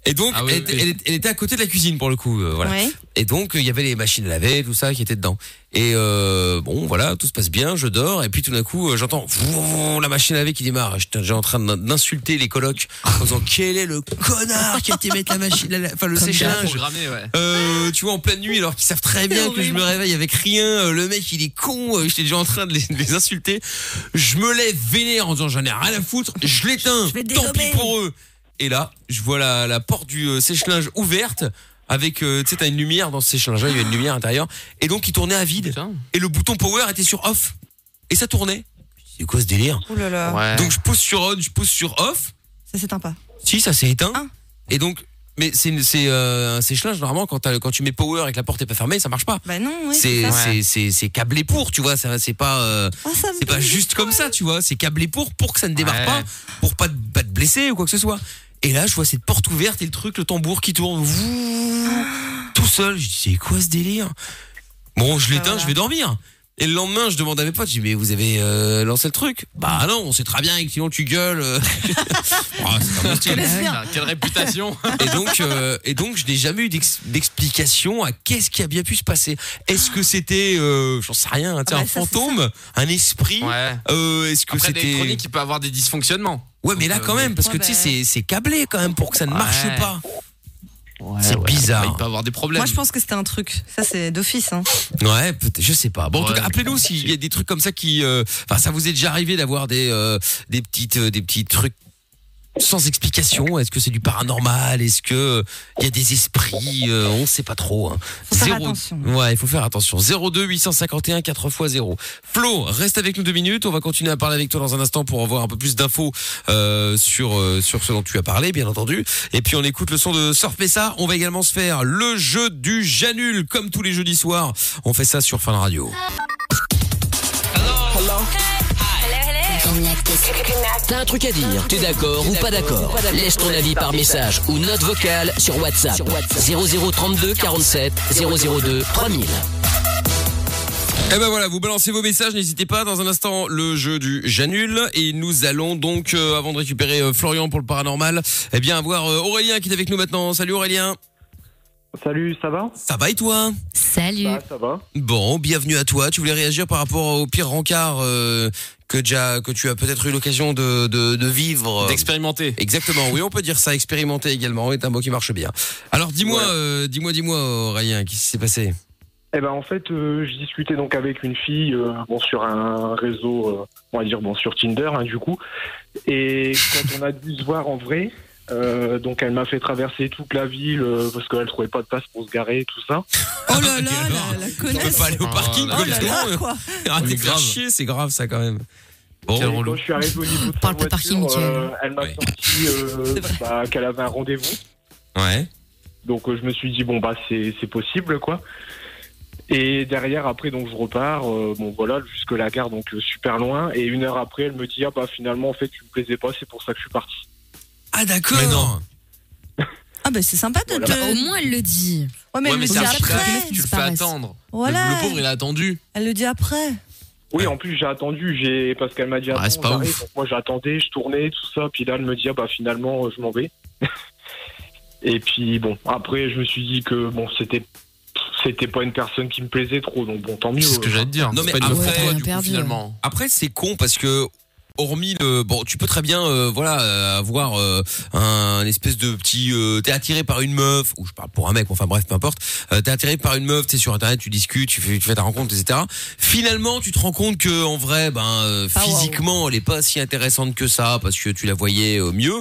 Speaker 4: Et donc,
Speaker 2: Ah oui,
Speaker 4: elle, était-
Speaker 2: oui.
Speaker 4: elle était- elle était à côté de la cuisine pour le coup. euh, voilà.
Speaker 5: ouais.
Speaker 4: Et donc, il y avait les machines à laver, tout ça qui était dedans. Et euh, bon, voilà, tout se passe bien, je dors. Et puis tout d'un coup, euh, j'entends vroom, la machine à laver qui démarre. J'étais déjà en train d'in- d'insulter les colocs en disant quel est le connard qui a été mettre la machine, à la- enfin le
Speaker 2: C'est
Speaker 4: séchage.
Speaker 2: programmé, ouais.
Speaker 4: Euh, tu vois, en pleine nuit, alors qu'ils savent très bien que je me réveille avec rien, euh, le mec il est con, euh, j'étais déjà en train de les, de les insulter. Je me lève vénère en disant j'en ai rien à foutre, je l'éteins,
Speaker 5: vais
Speaker 4: tant pis
Speaker 5: dégommer.
Speaker 4: pour eux. Et là, je vois la, la porte du euh, sèche-linge ouverte. Avec, euh, tu sais, t'as une lumière dans ce sèche-linge, il y a une lumière intérieure. Et donc, il tournait à vide.
Speaker 2: Putain.
Speaker 4: Et le bouton power était sur off. Et ça tournait. C'est quoi ce délire
Speaker 5: Ouh là là.
Speaker 2: Ouais.
Speaker 4: Donc, je pousse sur on, je pousse sur off.
Speaker 5: Ça s'éteint pas.
Speaker 4: Si, ça s'est éteint.
Speaker 5: Ah.
Speaker 4: Et donc, mais c'est une- c'est euh, un sèche-linge normalement quand t'as- quand tu mets power et que la porte est pas fermée, ça marche pas.
Speaker 5: Bah non, oui.
Speaker 4: c'est
Speaker 5: ça.
Speaker 4: c'est- c'est c'est câblé pour, tu vois. ça C'est pas euh,
Speaker 5: Oh, ça me
Speaker 4: c'est pas
Speaker 5: donne-
Speaker 4: juste comme ça, tu vois. C'est câblé pour pour que ça ne démarre
Speaker 2: Ouais.
Speaker 4: pas, pour pas te, pas te blesser ou quoi que ce soit. Et là, je vois cette porte ouverte et le truc, le tambour qui tourne vouh, tout seul. Je dis c'est quoi ce délire Bon, je l'éteins,
Speaker 5: Ah, voilà.
Speaker 4: je vais dormir. Et le lendemain, je demande à mes potes, je dis mais vous avez euh, lancé le truc Bah non, on sait très bien que sinon tu gueules. euh. Ah, c'est pas mon style.
Speaker 5: Laisse bien.
Speaker 2: Putain, Ah, Quelle réputation.
Speaker 4: Et donc, euh, et donc, je n'ai jamais eu d'ex- d'explication à qu'est-ce qui a bien pu se passer. Est-ce que c'était, euh, j'en sais rien, tu sais,
Speaker 5: Ah bah
Speaker 4: un
Speaker 5: ça, c'est
Speaker 4: fantôme, un esprit
Speaker 2: Ouais.
Speaker 4: euh, Est-ce que
Speaker 2: Après,
Speaker 4: c'était
Speaker 2: l'électronique, il peut avoir des dysfonctionnements.
Speaker 4: Ouais, mais là
Speaker 2: Donc,
Speaker 4: quand
Speaker 2: euh,
Speaker 4: même, parce que
Speaker 5: Ouais,
Speaker 4: tu sais,
Speaker 5: bah.
Speaker 4: c'est- c'est câblé quand même pour que ça ne marche
Speaker 2: Ouais.
Speaker 4: pas.
Speaker 2: C'est
Speaker 4: ouais.
Speaker 2: bizarre. il
Speaker 4: Après, il
Speaker 2: peut
Speaker 4: peut
Speaker 2: avoir des problèmes.
Speaker 5: Moi, je pense que c'était un truc. Ça, c'est d'office. Hein.
Speaker 4: Ouais, peut-être, je sais pas. Bon, en
Speaker 2: Ouais,
Speaker 4: tout cas, appelez-nous
Speaker 2: mais-
Speaker 4: s'il y a des trucs comme ça qui, euh, enfin, ça vous est déjà arrivé d'avoir des, euh, des petites, euh, des petits trucs sans explication. Est-ce que c'est du paranormal Est-ce que euh, il y a des esprits Euh, On sait pas trop. Hein.
Speaker 5: Faut faire attention.
Speaker 4: Ouais, il faut faire attention. 02 851 4 x 0. Flo, reste avec nous deux minutes. On va continuer à parler avec toi dans un instant pour avoir un peu plus d'infos euh, sur euh, sur ce dont tu as parlé, bien entendu. Et puis on écoute le son de Surf ça. On va également se faire le jeu du Janul, comme tous les jeudis soirs. On fait ça sur Fin Radio.
Speaker 1: T'as un truc à dire, t'es d'accord ou pas d'accord Laisse ton avis par message ou note vocale sur WhatsApp. 0032 47 002 3000.
Speaker 4: Eh ben voilà, vous balancez vos messages, n'hésitez pas. Dans un instant, le jeu du Janul. Et nous allons donc, euh, avant de récupérer euh, Florian pour le paranormal, eh bien avoir euh, Aurélien qui est avec nous maintenant. Salut Aurélien.
Speaker 6: Salut, ça va
Speaker 4: Ça va et toi
Speaker 3: Salut.
Speaker 6: ça va.
Speaker 4: Bon, bienvenue à toi. Tu voulais réagir par rapport au pire rencard euh, que, déjà, que tu as peut-être eu l'occasion de, de, de vivre.
Speaker 2: D'expérimenter.
Speaker 4: Exactement, oui, on peut dire ça. Expérimenter également est un mot qui marche bien. Alors dis-moi,
Speaker 6: Ouais.
Speaker 4: euh, dis-moi, dis-moi, Aurélien, qu'est-ce qui s'est passé
Speaker 6: Eh ben en fait, euh, je discutais donc avec une fille, euh, bon sur un réseau, euh, on va dire bon sur Tinder hein, du coup. Et quand on a dû se voir en vrai, euh, donc elle m'a fait traverser toute la ville euh, parce qu'elle trouvait pas de place pour se garer, tout ça.
Speaker 5: Oh là
Speaker 4: Ah,
Speaker 5: là,
Speaker 4: d'accord. Ah,
Speaker 5: la, la
Speaker 4: On peut
Speaker 5: connaisse.
Speaker 4: pas aller au
Speaker 2: Oh
Speaker 4: parking,
Speaker 2: là
Speaker 5: Oh
Speaker 4: comme
Speaker 5: là
Speaker 4: tout le
Speaker 5: là,
Speaker 4: monde.
Speaker 5: quoi.
Speaker 4: Arrêtez
Speaker 2: Oui,
Speaker 4: de
Speaker 2: grave.
Speaker 4: faire chier, c'est grave ça quand même. Bon,
Speaker 2: Quel
Speaker 6: Et
Speaker 2: relou.
Speaker 6: quand je suis arrivé au niveau de sa
Speaker 3: Parle pas
Speaker 6: voiture,
Speaker 3: de parking, tiens.
Speaker 6: euh, elle m'a
Speaker 4: Ouais.
Speaker 6: sorti euh, bah, qu'elle avait un rendez-vous.
Speaker 4: ouais.
Speaker 6: Donc euh, je me suis dit bon bah c'est c'est possible quoi. Et derrière, après, donc je repars, euh, bon voilà, jusque la gare, donc euh, super loin. Et une heure après, elle me dit ah bah finalement en fait tu me plaisais pas, c'est pour ça que je suis parti.
Speaker 4: Ah d'accord.
Speaker 5: Mais non. Ah bah c'est sympa de.
Speaker 3: Bah,
Speaker 5: de-
Speaker 3: au moins, elle le dit.
Speaker 5: Ouais, mais
Speaker 2: Ouais,
Speaker 5: elle
Speaker 2: mais
Speaker 5: le
Speaker 2: c'est
Speaker 5: dit
Speaker 2: un
Speaker 5: après.
Speaker 2: chiffre, tu le fais
Speaker 3: disparaissent.
Speaker 2: attendre.
Speaker 5: Voilà.
Speaker 2: Le, le pauvre, il a attendu.
Speaker 5: Elle le dit après.
Speaker 6: Oui, en plus j'ai attendu, j'ai parce qu'elle m'a dit
Speaker 2: Ah,
Speaker 6: attends,
Speaker 2: c'est pas
Speaker 6: j'arrive.
Speaker 2: ouf.
Speaker 6: Donc, moi j'attendais, je tournais tout ça, puis là elle me dit ah bah finalement euh, je m'en vais. Et puis bon, après je me suis dit que bon c'était c'était pas une personne qui me plaisait trop, donc bon tant mieux. euh,
Speaker 2: C'est ce que j'allais te dire.
Speaker 4: Non,
Speaker 2: C'est
Speaker 4: mais
Speaker 2: pas une meuf
Speaker 4: après,
Speaker 2: pour toi,
Speaker 4: on a
Speaker 2: du coup,
Speaker 3: perdu.
Speaker 5: hein.
Speaker 2: finalement.
Speaker 4: Après, c'est con parce que hormis le bon, tu peux très bien euh, voilà euh, avoir euh, un espèce de petit euh, t'es attiré par une meuf ou je parle pour un mec, enfin bref, peu importe. Euh, t'es attiré par une meuf, t'es sur internet, tu discutes, tu fais, tu fais ta rencontre, etc. Finalement, tu te rends compte que en vrai, ben euh,
Speaker 5: Ah, waouh.
Speaker 4: physiquement, elle est pas si intéressante que ça parce que tu la voyais euh, mieux.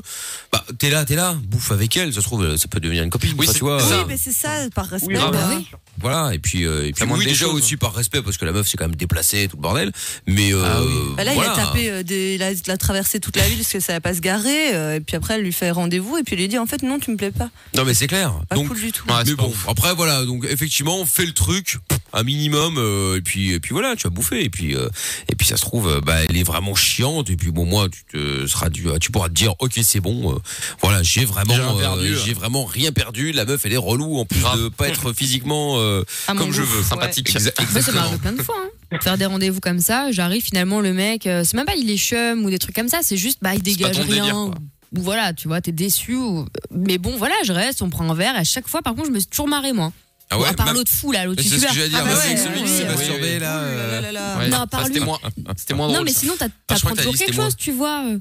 Speaker 4: Bah t'es là, t'es là, bouffe avec elle. Ça se trouve, euh, ça peut devenir une copine.
Speaker 2: Oui,
Speaker 4: enfin,
Speaker 2: c'est-
Speaker 4: tu vois.
Speaker 2: c'est
Speaker 5: Oui,
Speaker 2: ça.
Speaker 5: mais c'est ça, par respect.
Speaker 6: Oui, ah
Speaker 5: bah,
Speaker 3: bah
Speaker 5: hein.
Speaker 3: oui.
Speaker 4: Voilà, et puis, euh, et puis
Speaker 2: La moindre
Speaker 4: oui,
Speaker 2: des
Speaker 4: déjà
Speaker 2: choses.
Speaker 4: aussi par respect, parce que la meuf c'est quand même déplacée, tout le bordel. Mais euh,
Speaker 2: Ah oui.
Speaker 5: Bah là,
Speaker 4: voilà.
Speaker 5: il a tapé, euh, des, il a, il a traversé toute la ville parce que ça va pas se garer. euh, et puis après, elle lui fait rendez-vous et puis elle lui dit en fait non, tu me plais pas.
Speaker 4: Non, mais c'est clair.
Speaker 5: Pas
Speaker 4: Donc,
Speaker 5: cool du tout.
Speaker 2: Ouais, c'est
Speaker 4: mais
Speaker 2: pas
Speaker 4: bon,
Speaker 2: ouf.
Speaker 4: après voilà, donc effectivement, fais le truc un minimum, euh, et puis et puis voilà, tu vas bouffer, et puis euh, et puis ça se trouve, euh, bah, elle est vraiment chiante, et puis bon, moi, tu te seras dû, tu pourras te dire, ok, c'est bon, euh, voilà, j'ai vraiment,
Speaker 2: J'ai rien
Speaker 4: euh,
Speaker 2: perdu, hein.
Speaker 4: j'ai vraiment rien perdu. La meuf, elle est relou en plus
Speaker 2: Grave.
Speaker 4: de pas être physiquement euh,
Speaker 3: Ah,
Speaker 5: À mon
Speaker 4: comme je
Speaker 5: goût,
Speaker 4: veux,
Speaker 5: ouais.
Speaker 2: sympathique.
Speaker 4: Exa-
Speaker 3: Moi, Bah, ça m'est
Speaker 4: exactement.
Speaker 3: arrivé plein de fois. hein. Faire des rendez-vous comme ça, j'arrive finalement, le mec, euh, c'est même pas il est chum ou des trucs comme ça, c'est juste, bah, il
Speaker 2: pas
Speaker 3: dégage
Speaker 2: ton
Speaker 3: rien.
Speaker 2: délire, quoi.
Speaker 3: ou- ou voilà, tu vois, t'es déçu. ou- Mais bon, voilà, je reste, on prend un verre. À chaque fois, par contre, je me suis toujours marrée, moi.
Speaker 4: Ah ouais,
Speaker 3: à part
Speaker 4: ma-
Speaker 3: l'autre fou, là, l'autre
Speaker 4: c'est ce que
Speaker 3: youtubeur.
Speaker 4: j'allais dire,
Speaker 5: Ah bah
Speaker 4: vas-y,
Speaker 5: ouais,
Speaker 4: celui
Speaker 5: oui,
Speaker 4: qui s'est
Speaker 5: oui,
Speaker 4: masturbé
Speaker 5: Ouh
Speaker 4: là. euh,
Speaker 5: là là là.
Speaker 2: Ouais,
Speaker 3: Non,
Speaker 2: ça,
Speaker 3: par
Speaker 2: C'était
Speaker 3: lui.
Speaker 2: moins, c'était moins
Speaker 3: Non,
Speaker 2: drôle,
Speaker 3: mais
Speaker 2: ça.
Speaker 3: sinon, t'as-
Speaker 4: crois que
Speaker 3: t'apprends
Speaker 4: t'as
Speaker 3: toujours
Speaker 4: dit
Speaker 3: quelque
Speaker 4: c'était
Speaker 3: chose, tu vois. euh,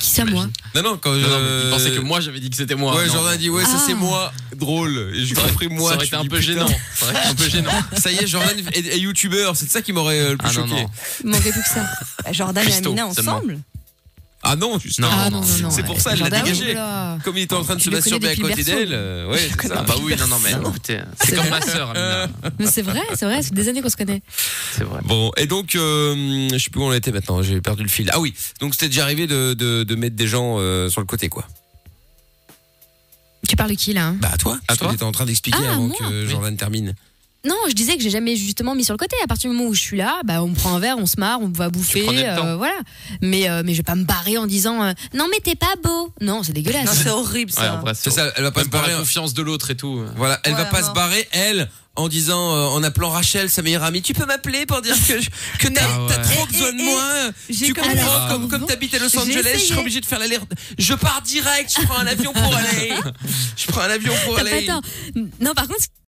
Speaker 3: Qui ça, moi
Speaker 4: Non, non, quand
Speaker 2: Non, non,
Speaker 4: je-
Speaker 2: mais il pensait que moi j'avais dit que c'était moi.
Speaker 4: Euh, Ouais,
Speaker 2: Non.
Speaker 4: Jordan a dit ouais, ça
Speaker 3: Ah.
Speaker 4: c'est moi, drôle. Et je
Speaker 2: Ça aurait-
Speaker 4: pris moi.
Speaker 2: ça aurait
Speaker 4: je
Speaker 2: été
Speaker 4: me
Speaker 2: un
Speaker 4: dis,
Speaker 2: peu
Speaker 4: putain.
Speaker 2: gênant. Ça aurait été un peu gênant.
Speaker 4: Ça y est, Jordan est, est youtubeur, c'est de ça qui m'aurait euh, le plus
Speaker 2: Ah non,
Speaker 4: choqué.
Speaker 2: non.
Speaker 3: Il manquait plus que ça.
Speaker 4: euh,
Speaker 5: Bah, Jordan et
Speaker 2: Christo,
Speaker 5: Amina
Speaker 2: seulement.
Speaker 5: ensemble.
Speaker 4: Ah non, juste
Speaker 2: Non,
Speaker 3: ah
Speaker 2: non,
Speaker 3: non,
Speaker 2: non,
Speaker 3: non, non.
Speaker 4: c'est pour ça, elle l'a
Speaker 3: Jordan,
Speaker 4: dégagé.
Speaker 3: oh là.
Speaker 4: Comme il était en train de
Speaker 3: Tu
Speaker 4: se
Speaker 3: le
Speaker 4: masturber à
Speaker 3: connais
Speaker 4: côté
Speaker 3: depuis le berceau.
Speaker 4: d'elle, euh, ouais, c'est ça.
Speaker 2: Ah bah oui, non, non, mais écoutez, c'est comme ma sœur, Amina.
Speaker 3: Mais c'est vrai, c'est vrai, c'est des années qu'on se connaît.
Speaker 2: C'est vrai.
Speaker 4: Bon, et donc, euh, je sais plus où on était maintenant, j'ai perdu le fil. Ah oui, donc c'était déjà arrivé de, de, de mettre des gens euh, sur le côté, quoi.
Speaker 3: Tu parles de qui, là hein
Speaker 4: Bah à toi, à
Speaker 2: toi
Speaker 4: toi. étais en train d'expliquer
Speaker 3: Ah,
Speaker 4: avant
Speaker 3: moi.
Speaker 4: que Jordan termine.
Speaker 3: Non, je disais que j'ai jamais justement mis sur le côté. À partir du moment où je suis là, bah, on prend un verre, on se marre, on va bouffer,
Speaker 2: prenais le temps.
Speaker 3: euh, voilà. Mais euh, mais je vais pas me barrer en disant euh, non mais t'es pas beau. Non, c'est
Speaker 5: Non,
Speaker 3: dégueulasse.
Speaker 5: c'est horrible
Speaker 2: Ouais,
Speaker 5: ça.
Speaker 2: en vrai, c'est
Speaker 4: C'est ça, elle va pas se
Speaker 2: Même par
Speaker 4: barrer. hein.
Speaker 2: la confiance de l'autre et tout.
Speaker 4: Voilà, elle va
Speaker 5: Ouais,
Speaker 4: pas
Speaker 5: mort.
Speaker 4: se barrer, elle, en disant, euh, en appelant Rachel, sa meilleure amie, tu peux m'appeler pour dire que, je- que t'as
Speaker 2: Ah ouais.
Speaker 4: t'as trop
Speaker 5: Et-
Speaker 4: besoin
Speaker 5: et-
Speaker 4: de
Speaker 5: et-
Speaker 4: moi.
Speaker 5: J'ai
Speaker 4: Tu
Speaker 5: quand
Speaker 4: comprends,
Speaker 5: même-
Speaker 3: Alors,
Speaker 4: comme, comme
Speaker 3: bon,
Speaker 4: t'habites à Los
Speaker 5: j'ai
Speaker 4: Anglais, je
Speaker 5: essayé.
Speaker 4: serai obligé de faire l'aller. Je pars direct, je prends un avion pour aller. Je prends un avion pour
Speaker 3: T'as pas
Speaker 4: aller.
Speaker 3: tort. Non, par contre, ce